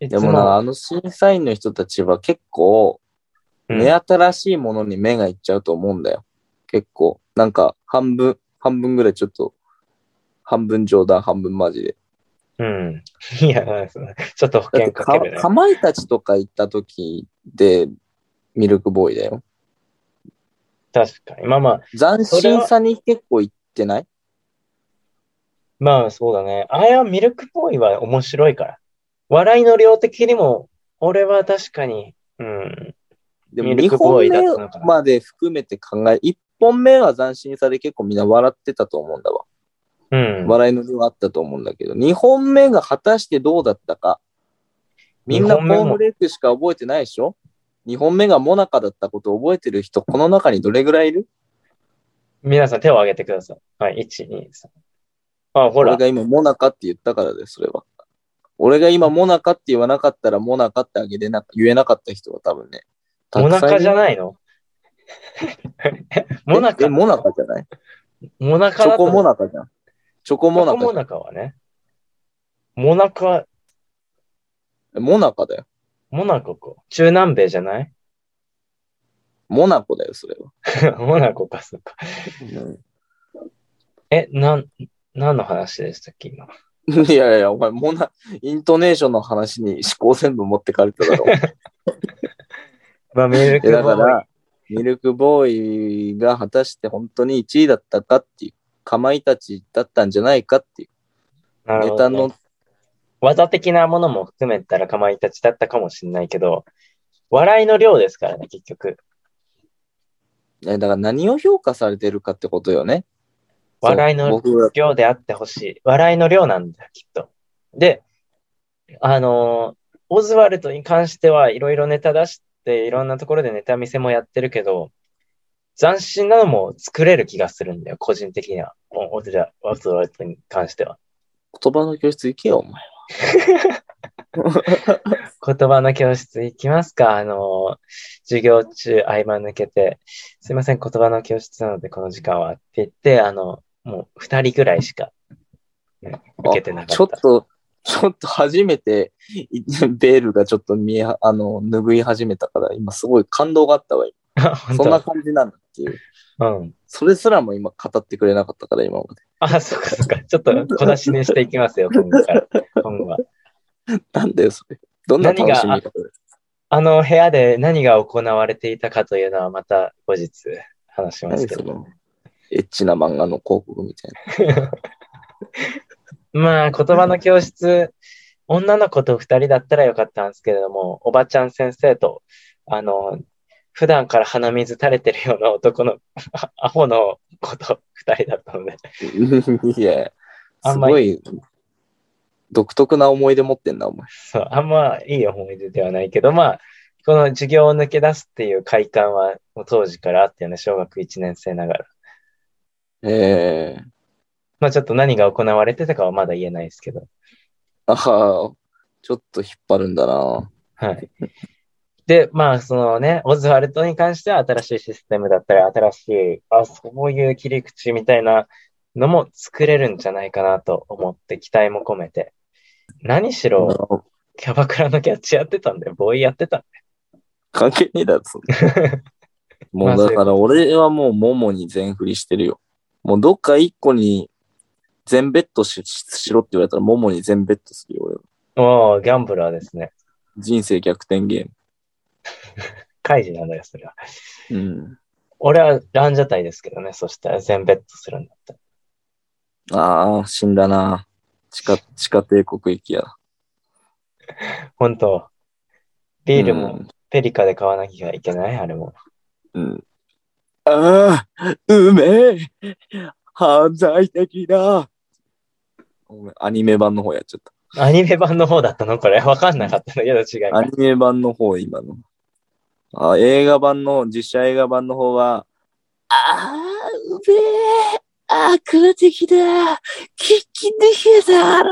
S2: いつ
S1: でもな、あの審査員の人たちは結構、
S2: うん
S1: 目新しいものに目がいっちゃうと思うんだよ。結構。なんか、半分、半分ぐらいちょっと、半分冗談、半分マジで。
S2: うん。 <laughs> いや、まあそのちょっと保
S1: だって
S2: 険か
S1: か、
S2: けるね。
S1: かまいたちとか行った時で、ミルクボーイだよ。
S2: 確かに。まあまあ、
S1: 斬新さに結構行ってない
S2: まあそうだね。あれはミルクボーイは面白いから。笑いの量的にも、俺は確かに、うん、
S1: でも
S2: ミル
S1: 2
S2: クボー
S1: 本
S2: イだった
S1: 目
S2: のかな
S1: まで含めて考え、1本目は斬新さで結構みんな笑ってたと思うんだわ。
S2: うん。
S1: 笑いの量あったと思うんだけど、2本目が果たしてどうだったか。みんなコ
S2: 二本目
S1: ー
S2: も
S1: ンフレークしか覚えてないでしょ ?2 本目がモナカだったことを覚えてる人、この中にどれぐらいいる
S2: 皆さん手を挙げてください。はい、1、2、3。あ、ほ
S1: 俺
S2: ら。
S1: が今モナカって言ったからです、それは。俺が今モナカって言わなかったらモナカってあげれなか言えなかった人は多分ね。
S2: モナカじゃ
S1: い
S2: ないの <laughs>
S1: え
S2: モナ
S1: え
S2: カ、
S1: モナカじゃない
S2: モナカ
S1: チ
S2: だ
S1: ョコモ
S2: ナ
S1: ナカじゃん。チョコモ
S2: モ
S1: ナ
S2: ナ
S1: カじゃ
S2: カ。モ
S1: ん
S2: ナカはね。モナカ、
S1: えモナカだよ。
S2: モナコか。中南米じゃない <laughs>
S1: モナコだよ、それは。
S2: モナコか、そっか。え、なん、何の話でしたっけ、今。
S1: <laughs> いやいやいや、お前、モナ、イントネーションの話に思考全部持ってかれただ
S2: <laughs>
S1: ろ。
S2: まあ、ミルク
S1: えだ
S2: ボ
S1: か
S2: ーイ
S1: ら、ミルクボーイが果たして本当に1位だったかっていう、かまいたちだったんじゃないかっていう、
S2: なる
S1: ネ
S2: ほ
S1: タ
S2: どね
S1: の、
S2: 技的なものも含めたらかまいたちだったかもしれないけど、笑いの量ですからね、結局。
S1: えだから何を評価されてるかってことよね。
S2: 笑いの
S1: そう僕ら
S2: 量であってほしい。笑いの量なんだよ、きっと。で、あのーオズワルドに関してはいろいろネタ出して、いろんなところでネタ見せもやってるけど、斬新なのも作れる気がするんだよ、個人的には。おオズワオズワルドに関しては。
S1: 言葉の教室行けよ、お前は。
S2: 言葉の教室行きますかあの、授業中合間抜けて、すいません、言葉の教室なのでこの時間はって言って、あの、もう二人ぐらいしか、ね受けてなかった。
S1: ちょっと、ちょっと初めて、いベールがちょっと見え、あの、拭い始めたから、今すごい感動があったわ、
S2: あ
S1: 今
S2: <laughs> 本
S1: そ
S2: 当
S1: んな感じなんだっていう。
S2: うん。
S1: それすらも今語ってくれなかったから、今まで。
S2: あ、そっかそっか。ちょっと小出しにしていきますよ、今後
S1: <laughs>
S2: から。今後は。
S1: なんだよ、それ。どんな楽しみ方で
S2: あの、部屋で何が行われていたかというのはまた後日話します
S1: 何
S2: け
S1: そ
S2: ど。
S1: の、エッチな漫画の広告みたい
S2: まあ、言葉の教室、女の子と二人だったらよかったんですけれども、おばちゃん先生と、あの、普段から鼻水垂れてるような男の、 <laughs> あアホの子と二人だったので、
S1: な。いや、
S2: あ
S1: す
S2: んま
S1: ごい、独特な思い出持ってんな、お前。
S2: そう、あんまいい思い出ではないけど、まあ、この授業を抜け出すっていう快感は、もう当時からあったよね、小学1年生ながら。
S1: ええ
S2: まあ、ちょっと何が行われてたかはまだ言えないですけど。
S1: ああ、ちょっと引っ張るんだな。
S2: はい。で、まあ、そのね、オズワルドに関しては新しいシステムだったり、新しい、あ、そういう切り口みたいなのも作れるんじゃないかなと思って、期待も込めて。何しろ、キャバクラのキャッチやってたんで、ボーイやってた。
S1: 関係ねえだろ、そんなも
S2: まあ
S1: うだから俺はもうモモに全振りしてるよ。もうどっか一個に全ベッドしししろって言われたらモモに全ベッドするよ、俺は。
S2: おー、ギャンブラーですね。
S1: 人生逆転ゲ
S2: カイジなんだよ、それは。
S1: ーム。うん。
S2: 俺はランジャタイですけどね、そしたら全ベッドするんだったら。
S1: ああ、死んだな。地下、地下帝国行きや。
S2: 本当ビールも
S1: うん
S2: ペリカで買わなきゃいけない、あれも。
S1: うん。ああ、うめえ犯罪的だごめんアニメ版の方やっちゃっ
S2: アニメ版の方だったのこれ。わかんなかったのけど違い
S1: た。ア
S2: ます
S1: ニ。メ版の方、今の。あ映画版の、実写映画版の方は、ああ、うめえ悪的だキッキでけだら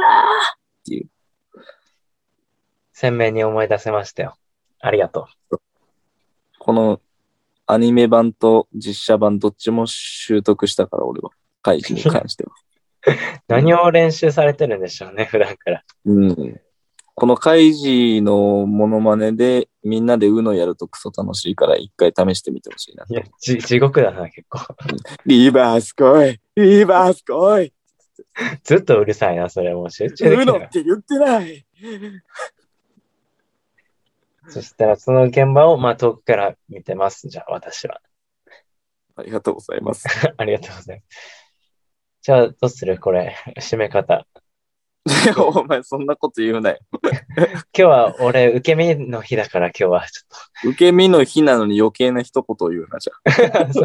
S2: 鮮明に思い出せましたよ。ありがと
S1: この、アニメ版と実写版どっちも習得したから、俺は。怪獣に関しては。
S2: う。何を練習されてるんでしょうね、普 <laughs> 段から。
S1: うん。このカイジのモノマネでみんなで UNO やるとクソ楽しいから一回試してみてほしいな。
S2: いや、じ地獄だな、結構。 <laughs>
S1: リバース来いリバース来い
S2: ずっとうるさいな、それもう
S1: <laughs>
S2: 集中できない
S1: !UNO っ。て言ってない
S2: そしたら、その現場を、まあ、遠くから見てます、じゃあ、私は。 <laughs>
S1: ありがとうございます。
S2: ありがとうございます。じゃあ、どうするこれ、締め方。
S1: いやお前そんなこと言うなよ。
S2: 今日は、俺、受け身の日だから、今日は、ち
S1: 受け身の日なのに余計な一言を言うな、じゃあ
S2: ょっと。そ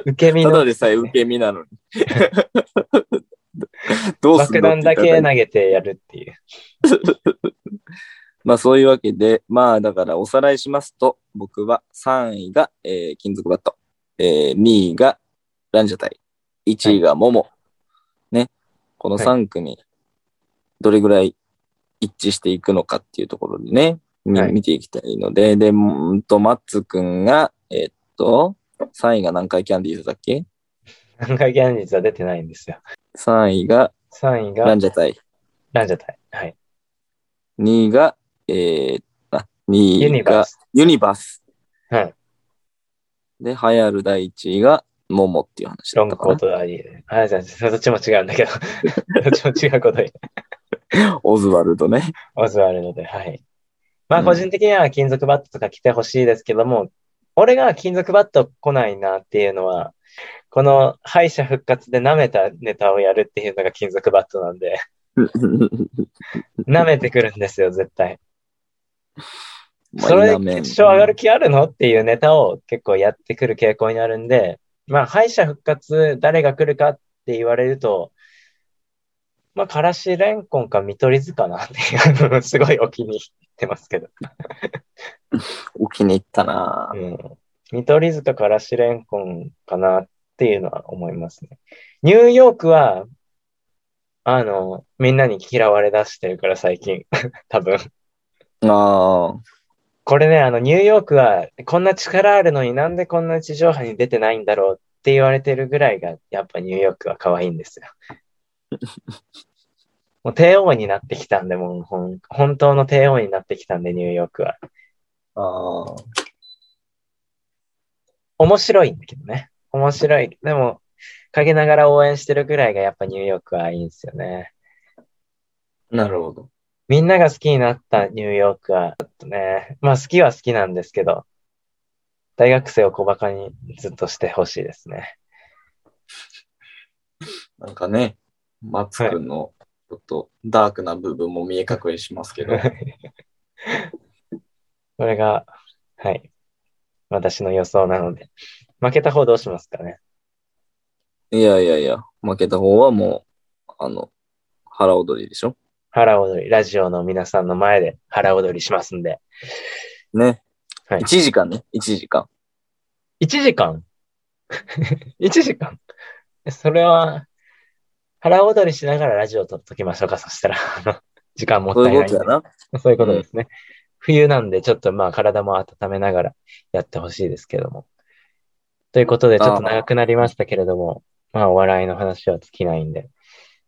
S2: う
S1: <laughs>
S2: 受け身
S1: ただ
S2: の
S1: でさえ受け身な <laughs> のに。どうす
S2: 爆
S1: るの
S2: 弾だ
S1: って言
S2: け
S1: いたい
S2: 投げてやるっていう。
S1: まあそういうわけで、まあだからおさらいしますと、僕は3位が、えー金属バット、えー2位がランジャタイ、1位がモモ、ね、この
S2: はい
S1: 3組、どれぐらい一致していくのかっていうところでね、み
S2: はい
S1: 見ていきたいので、で、うーんと、マッツくんが、えーっと、3位が南海キャンディーズだっけ
S2: 南海キャンディーズは出てないんですよ。
S1: ?3 位が
S2: 3位が
S1: ランジャタイ、
S2: ランジャタイ。はい。
S1: 2位が、えー、あ、2位が
S2: ユニバース。
S1: ユニバース。
S2: はい。
S1: で、流行る第一位が、モモっていう話だっ
S2: ロン
S1: た
S2: グ
S1: か
S2: コー
S1: な。
S2: トダディで。あ、じゃあ、どっちも違うん
S1: <laughs>
S2: だけど。どっちも違うことに。
S1: オズワル <laughs> ドね。
S2: オズワルドで。はい。ま
S1: う
S2: あ、
S1: ん
S2: 個人的には金属バットとか着てほしいですけども、俺が金属バット来ないなっていうのは、この敗者復活で舐めたネタをやるっていうのが金属バットな
S1: <laughs>
S2: んで、舐めてくるんですよ、絶対。
S1: まあ
S2: それで
S1: 否めん
S2: 決勝上がる気あるのっていうネタを結構やってくる傾向になるんで、まあ、敗者復活、誰が来るかって言われると、まあ、からしれんこんか見取り図かなっていう、すごいお気に入ってますけど。
S1: お気に入ったな
S2: う
S1: ぁ
S2: ん。見取り図かからしれんこんかなっていうのは思いますね。ニューヨークは、あの、みんなに嫌われ出してるから最近。 <laughs> 多分。
S1: あ
S2: これね、あの、ニューヨークはこんな力あるのになんでこんな地上波に出てないんだろうって言われてるぐらいが、やっぱニューヨークは可愛いんですよ。もう帝王になってきたんで、もうほん本当の帝王になってきたんで、ニューヨークは。
S1: あ。ああ。
S2: 面白いんだけどね。面白い。でも、陰ながら応援してるぐらいがやっぱニューヨークはいいんですよね。
S1: なるほど。
S2: みんなが好きになったニューヨークは、ちょっとね、まあ好きは好きなんですけど、大学生を小馬鹿にずっとしてほしいですね。
S1: なんかね、マツ君のちょっとダークな部分も見え隠れしますけど。
S2: <laughs> これが、はい、私の予想なので。負けた方どうしますかね。
S1: <laughs> いやいやいや、負けた方はもう、あの、腹踊りでしょ
S2: 腹踊り、ラジオの皆さんの前で腹踊りしますんで。
S1: ね。
S2: はい
S1: 1時間ね、1時間。
S2: 1時間 <laughs> ?1 時間それは、腹踊りしながらラジオを撮っときましょうか、そしたら。あの時間もっ
S1: そう
S2: たい
S1: いう
S2: な
S1: こ
S2: い
S1: とやな。
S2: そういうことですね。冬なんで、ちょっとまあ体も温めながらやってほしいですけども。ということで、ちょっと長くなりましたけれども、まあお笑いの話は尽きないんで、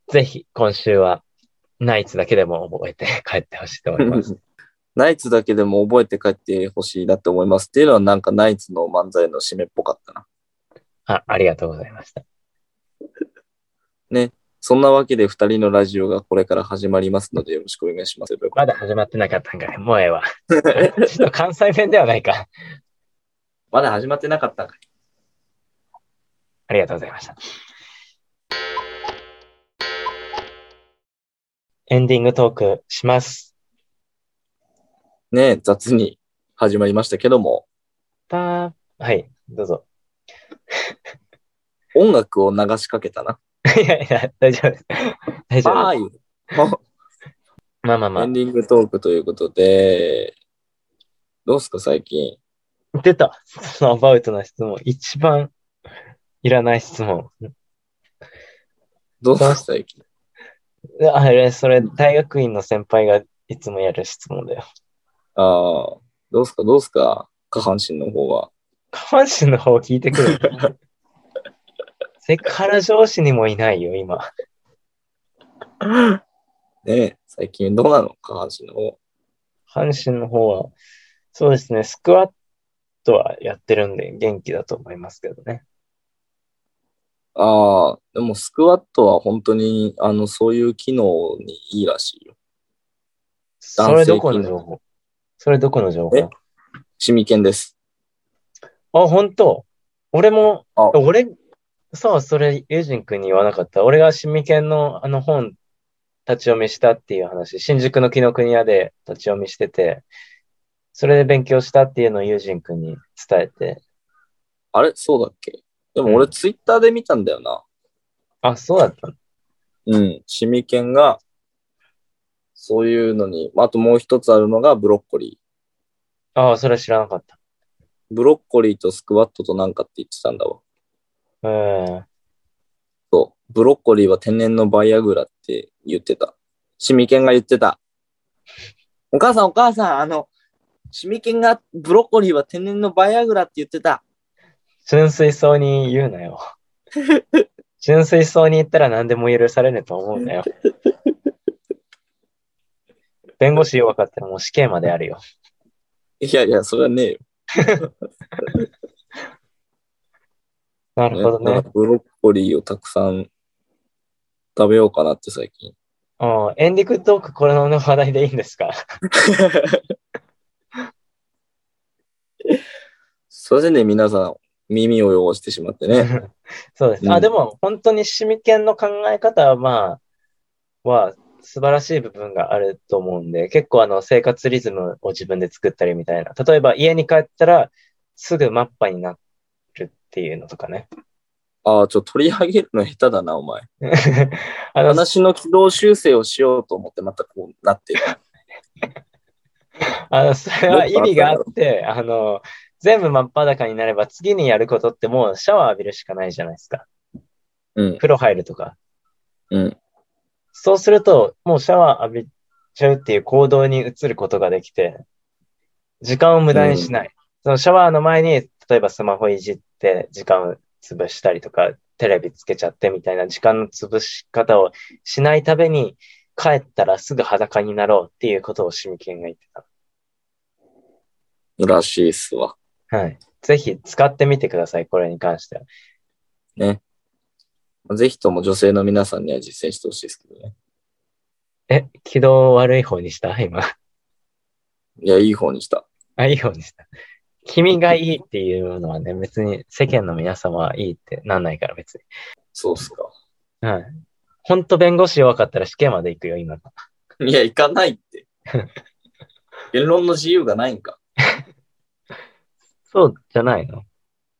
S2: ぜひ今週はナイツだけでも覚えて帰ってほしいと思います。
S1: <laughs> ナイツだけでも覚えて帰ってほしいなって思います。っていうのはなんかナイツの漫才の締めっぽかったな。
S2: あありがとうございました。
S1: そんなわけで二人のラジオがこれから始まりますのでよろしくお願いします。
S2: まだ始まってなかったんかい。もうええわ。ちょっと関西弁ではないか。
S1: まだ始まってなかったんかい。
S2: ありがとうございました。エンディングトークします。
S1: ねえ雑に始まりましたけども、
S2: たはい、どうぞ。
S1: 音楽を流しかけたな。
S2: いやいや、大丈夫です。大丈夫
S1: は
S2: です。
S1: ーい。 <laughs>
S2: まあまあま
S1: エンディングトークということで、どうすか最近。
S2: あ。出た。そのアバウトな質問。一番いらない質問。
S1: どうすか最近。
S2: あれ、それ、大学院の先輩がいつもやる質問だよ。
S1: ああ、どうすかどうすか下半身の方 <laughs> は。
S2: 下半身の方聞いてくる。セクハラ上司にもいないよ、今。
S1: ねえ最近どうなの下半身の方。
S2: 半身の方は、そうですね、スクワットはやってるんで元気だと思いますけどね。
S1: ああ、でもスクワットは本当に、あの、そういう機能にいいらしいよ。
S2: それどこの情報それどこの情報
S1: えシミケンです。
S2: あ、本当。俺も、
S1: あ
S2: 俺、さあ、それ、ユージン君に言わなかった。俺がシミケンのあの本、立ち読みしたっていう話、新宿の紀ノ国屋で立ち読みしてて、それで勉強したっていうのをユージン君に伝えて、
S1: あれそうだっけでも俺
S2: うん
S1: ツイッターで見たんだよな。
S2: あ、そうだったの
S1: うん。シミケンが、そういうのに、あともう一つあるのがブロッコリ
S2: ああ、それは知らなかった。
S1: ー。ブロッコリーとスクワットとなんかって言ってたんだわ。
S2: うん。
S1: そう。ブロッコリーは天然のバイアグラって言ってた。シミケンが言ってた。お母さんお母さん、あの、シミケンがブロッコリーは天然のバイアグラって言ってた。
S2: 純粋そうに言うな <laughs> よ。純粋そうに言ったら何でも許されると思うな <laughs> よ。弁護士弱かったらもう死刑まであるよ。
S1: いやいや、それはねえよ。
S2: なるほど
S1: な
S2: ね
S1: ん。かブロッコリーをたくさん食べようかなって最近。
S2: <laughs> うんエンディングトーク、これの話題でいいんですか
S1: すいませんね、皆さん、耳を汚してしまってね。
S2: <laughs> そうです。
S1: う
S2: あ、
S1: ん
S2: でも、本当にシミケンの考え方は、まあ、は、素晴らしい部分があると思うんで、結構あの、生活リズムを自分で作ったりみたいな。例えば、家に帰ったら、すぐマッパになるっていうのとかね。 <laughs>
S1: ああ、ちょ、取り上げるの下手だな、お前。
S2: あの、
S1: 話の軌道修正をしようと思って、またこうなってる。
S2: あの、それは意味があって、あの、全部真っ裸になれば次にやることってもうシャワー浴びるしかないじゃないですか。
S1: うん、
S2: 風呂入るとか。
S1: うん。
S2: そうすると、もうシャワー浴びちゃうっていう行動に移ることができて、時間を無駄にしない。そのシャワーの前に、例えばスマホいじって時間を潰したりとか、テレビつけちゃってみたいな時間の潰し方をしないために、帰ったらすぐ裸になろうっていうことをシミケンが言ってた。
S1: らしいっすわ。
S2: はい。ぜひ使ってみてください、これに関しては。
S1: ぜひとも女性の皆さんには実践してほしいですけどね。
S2: え、軌道を悪い方にした今。
S1: いや、いい方にした。
S2: あ、いい方にした。君がいいっていうのはね、別に世間の皆様はいいってなんないから別に。
S1: そうっすか。
S2: はい。ほんと弁護士弱かったら死刑まで行くよ、今の。
S1: いや、行かない
S2: <laughs>
S1: って。言論の自由がないんか。
S2: そうじゃないの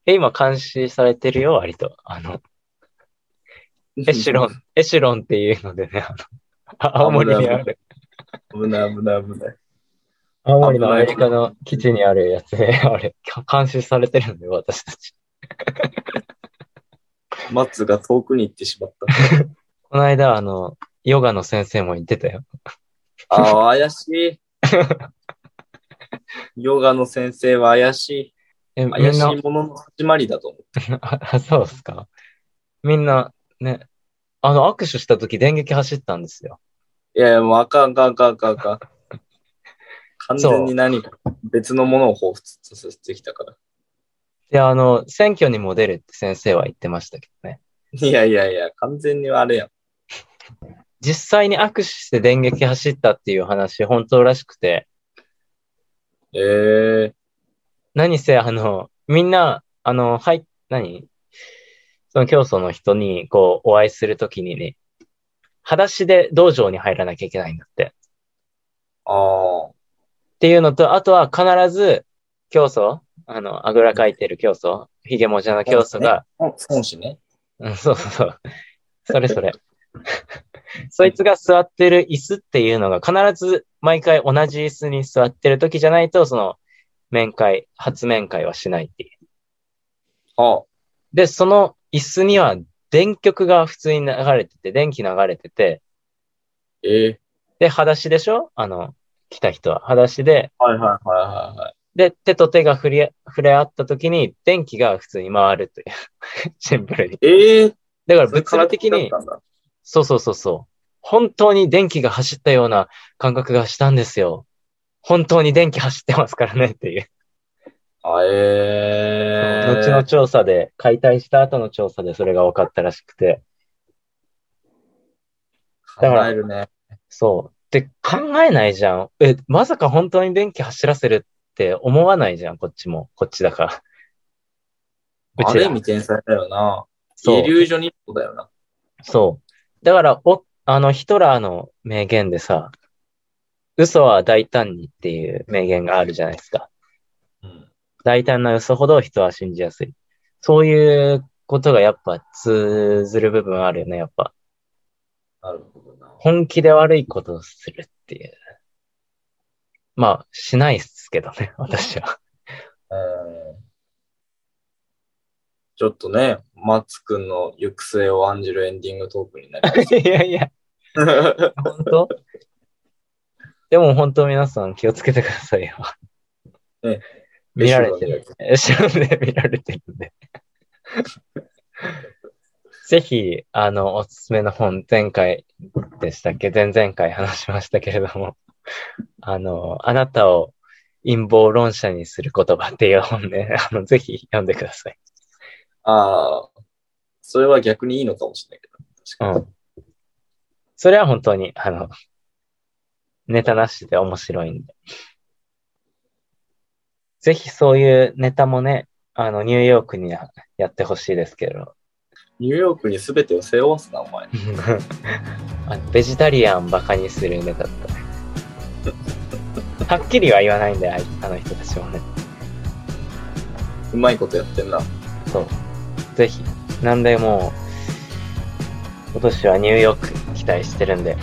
S2: え、今監視されてるよ、割と。あの、エシロン。、エシロンっていうのでね、あの、あ <laughs> 青森にある、
S1: 危ない危ない危ない。
S2: 青森のアメリカの基地にあるやつね、 <laughs> あれ、監視されてるんだよ、私たち。
S1: マッツが遠くに行ってしまっ
S2: この間、あの、ヨガの先生も言ってたよ。
S1: た。
S2: <laughs>
S1: ああ、怪しい。ヨガの先生は怪しい。
S2: え、みん
S1: 怪し、
S2: ない
S1: ものの始まりだと思う。
S2: あ、 <laughs> そうっすか。みんな、ね、あの、握手した時電撃走ったんですよ。
S1: いやいや、もうあかんあかんあかんあかんあかん。完全に何か別のものを彷彿とさせてきたから。
S2: で、あの、選挙にも出るって先生は言ってましたけどね。
S1: いやいやいや、完全にあれやん。
S2: 実際に握手して電撃走ったっていう話、本当らしくて、
S1: ええ
S2: 何せ、あの、みんな、あの、はい、何その教祖の人に、こう、お会いするときにね、裸足で道場に入らなきゃいけないんだって。
S1: ああ。
S2: っていうのと、あとは必ず、教祖、あの、あぐらかいてる教祖、ひげもじゃの教祖が、
S1: 本誌ね。
S2: うんそうそうそう。それそ <laughs> れ。そいつが座ってる椅子っていうのが必ず毎回同じ椅子に座ってる時じゃないと、その面会、初面会はしないっていう。
S1: ああ。
S2: で、その椅子には電極が普通に流れてて、電気流れてて、
S1: ええ
S2: で、裸足でしょあの、来た人は。裸足で、
S1: はいはいはいはいはい。
S2: で、手と手が触れ、触れ合った時に電気が普通に回るという。 <laughs> シンプルに。
S1: ええ
S2: だから
S1: それ
S2: 物理的に
S1: 空手だったんだ
S2: そうそうそうそう。本当に電気が走ったような感覚がしたんですよ。本当に電気走ってますからねっていう。
S1: あええ
S2: 後の調査で、解体した後の調査でそれが分かったらしくて。だから
S1: 考えるね。
S2: そう。で、考えないじゃん。え、まさか本当に電気走らせるって思わないじゃん、こっちも。こっちだから。
S1: <laughs> あ
S2: うち
S1: る意
S2: ら。
S1: 味天才だよな。
S2: そう
S1: イリュージョニストだよな。
S2: そう。だから、お、あの、ヒトラーの名言でさ、嘘は大胆にっていう名言があるじゃないですか。
S1: うん。
S2: 大胆な嘘ほど人は信じやすい。そういうことがやっぱ通ずる部分あるよね、やっぱ。
S1: なるほどな。
S2: 本気で悪いことをするっていう。まあ、しないっすけど <laughs> ね、私は。
S1: うん。ちょっとね、マッツくんの行く末を案じるエンディングトークになりまし
S2: いやいや、
S1: た。
S2: 本当でも本当皆さん気をつけてくださいよ。
S1: ね
S2: <laughs> 見られてる。 <laughs> 後ろで見られてるんで。 <laughs> ぜひ、あの、おすすめの本、前回でしたっけ前々回話しましたけれども、あの、あなたを陰謀論者にする言葉っていう本ね、 <laughs> あの、ぜひ読んでください。
S1: ああ、それは逆にいいのかもしれないけど。確
S2: う
S1: かに。
S2: ん。それは本当に、あの、ネタなしで面白いんで。ぜひそういうネタもね、あの、ニューヨークにはやってほしいですけど、
S1: ニューヨークに全てを背負わすな、お前。
S2: <laughs> あのベジタリアンバカにするネタだったね。はっきりは言わないんだよ、あいあの人たちもね。
S1: うまいことやってんな。
S2: そう。ぜひ。なんでもう、今年はニューヨーク期待してるんで、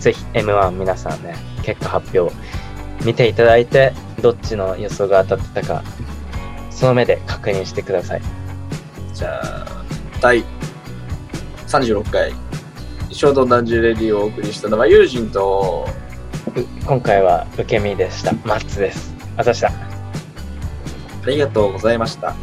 S2: ぜひ M1 皆さんね、結果発表見ていただいて、どっちの予想が当たってたか、その目で確認してください。
S1: じゃあ、第36回、一衝動男児レディをお送りしたのは友人と
S2: 今回は受け身でした。マッツです。あざした。
S1: ありがとうございました。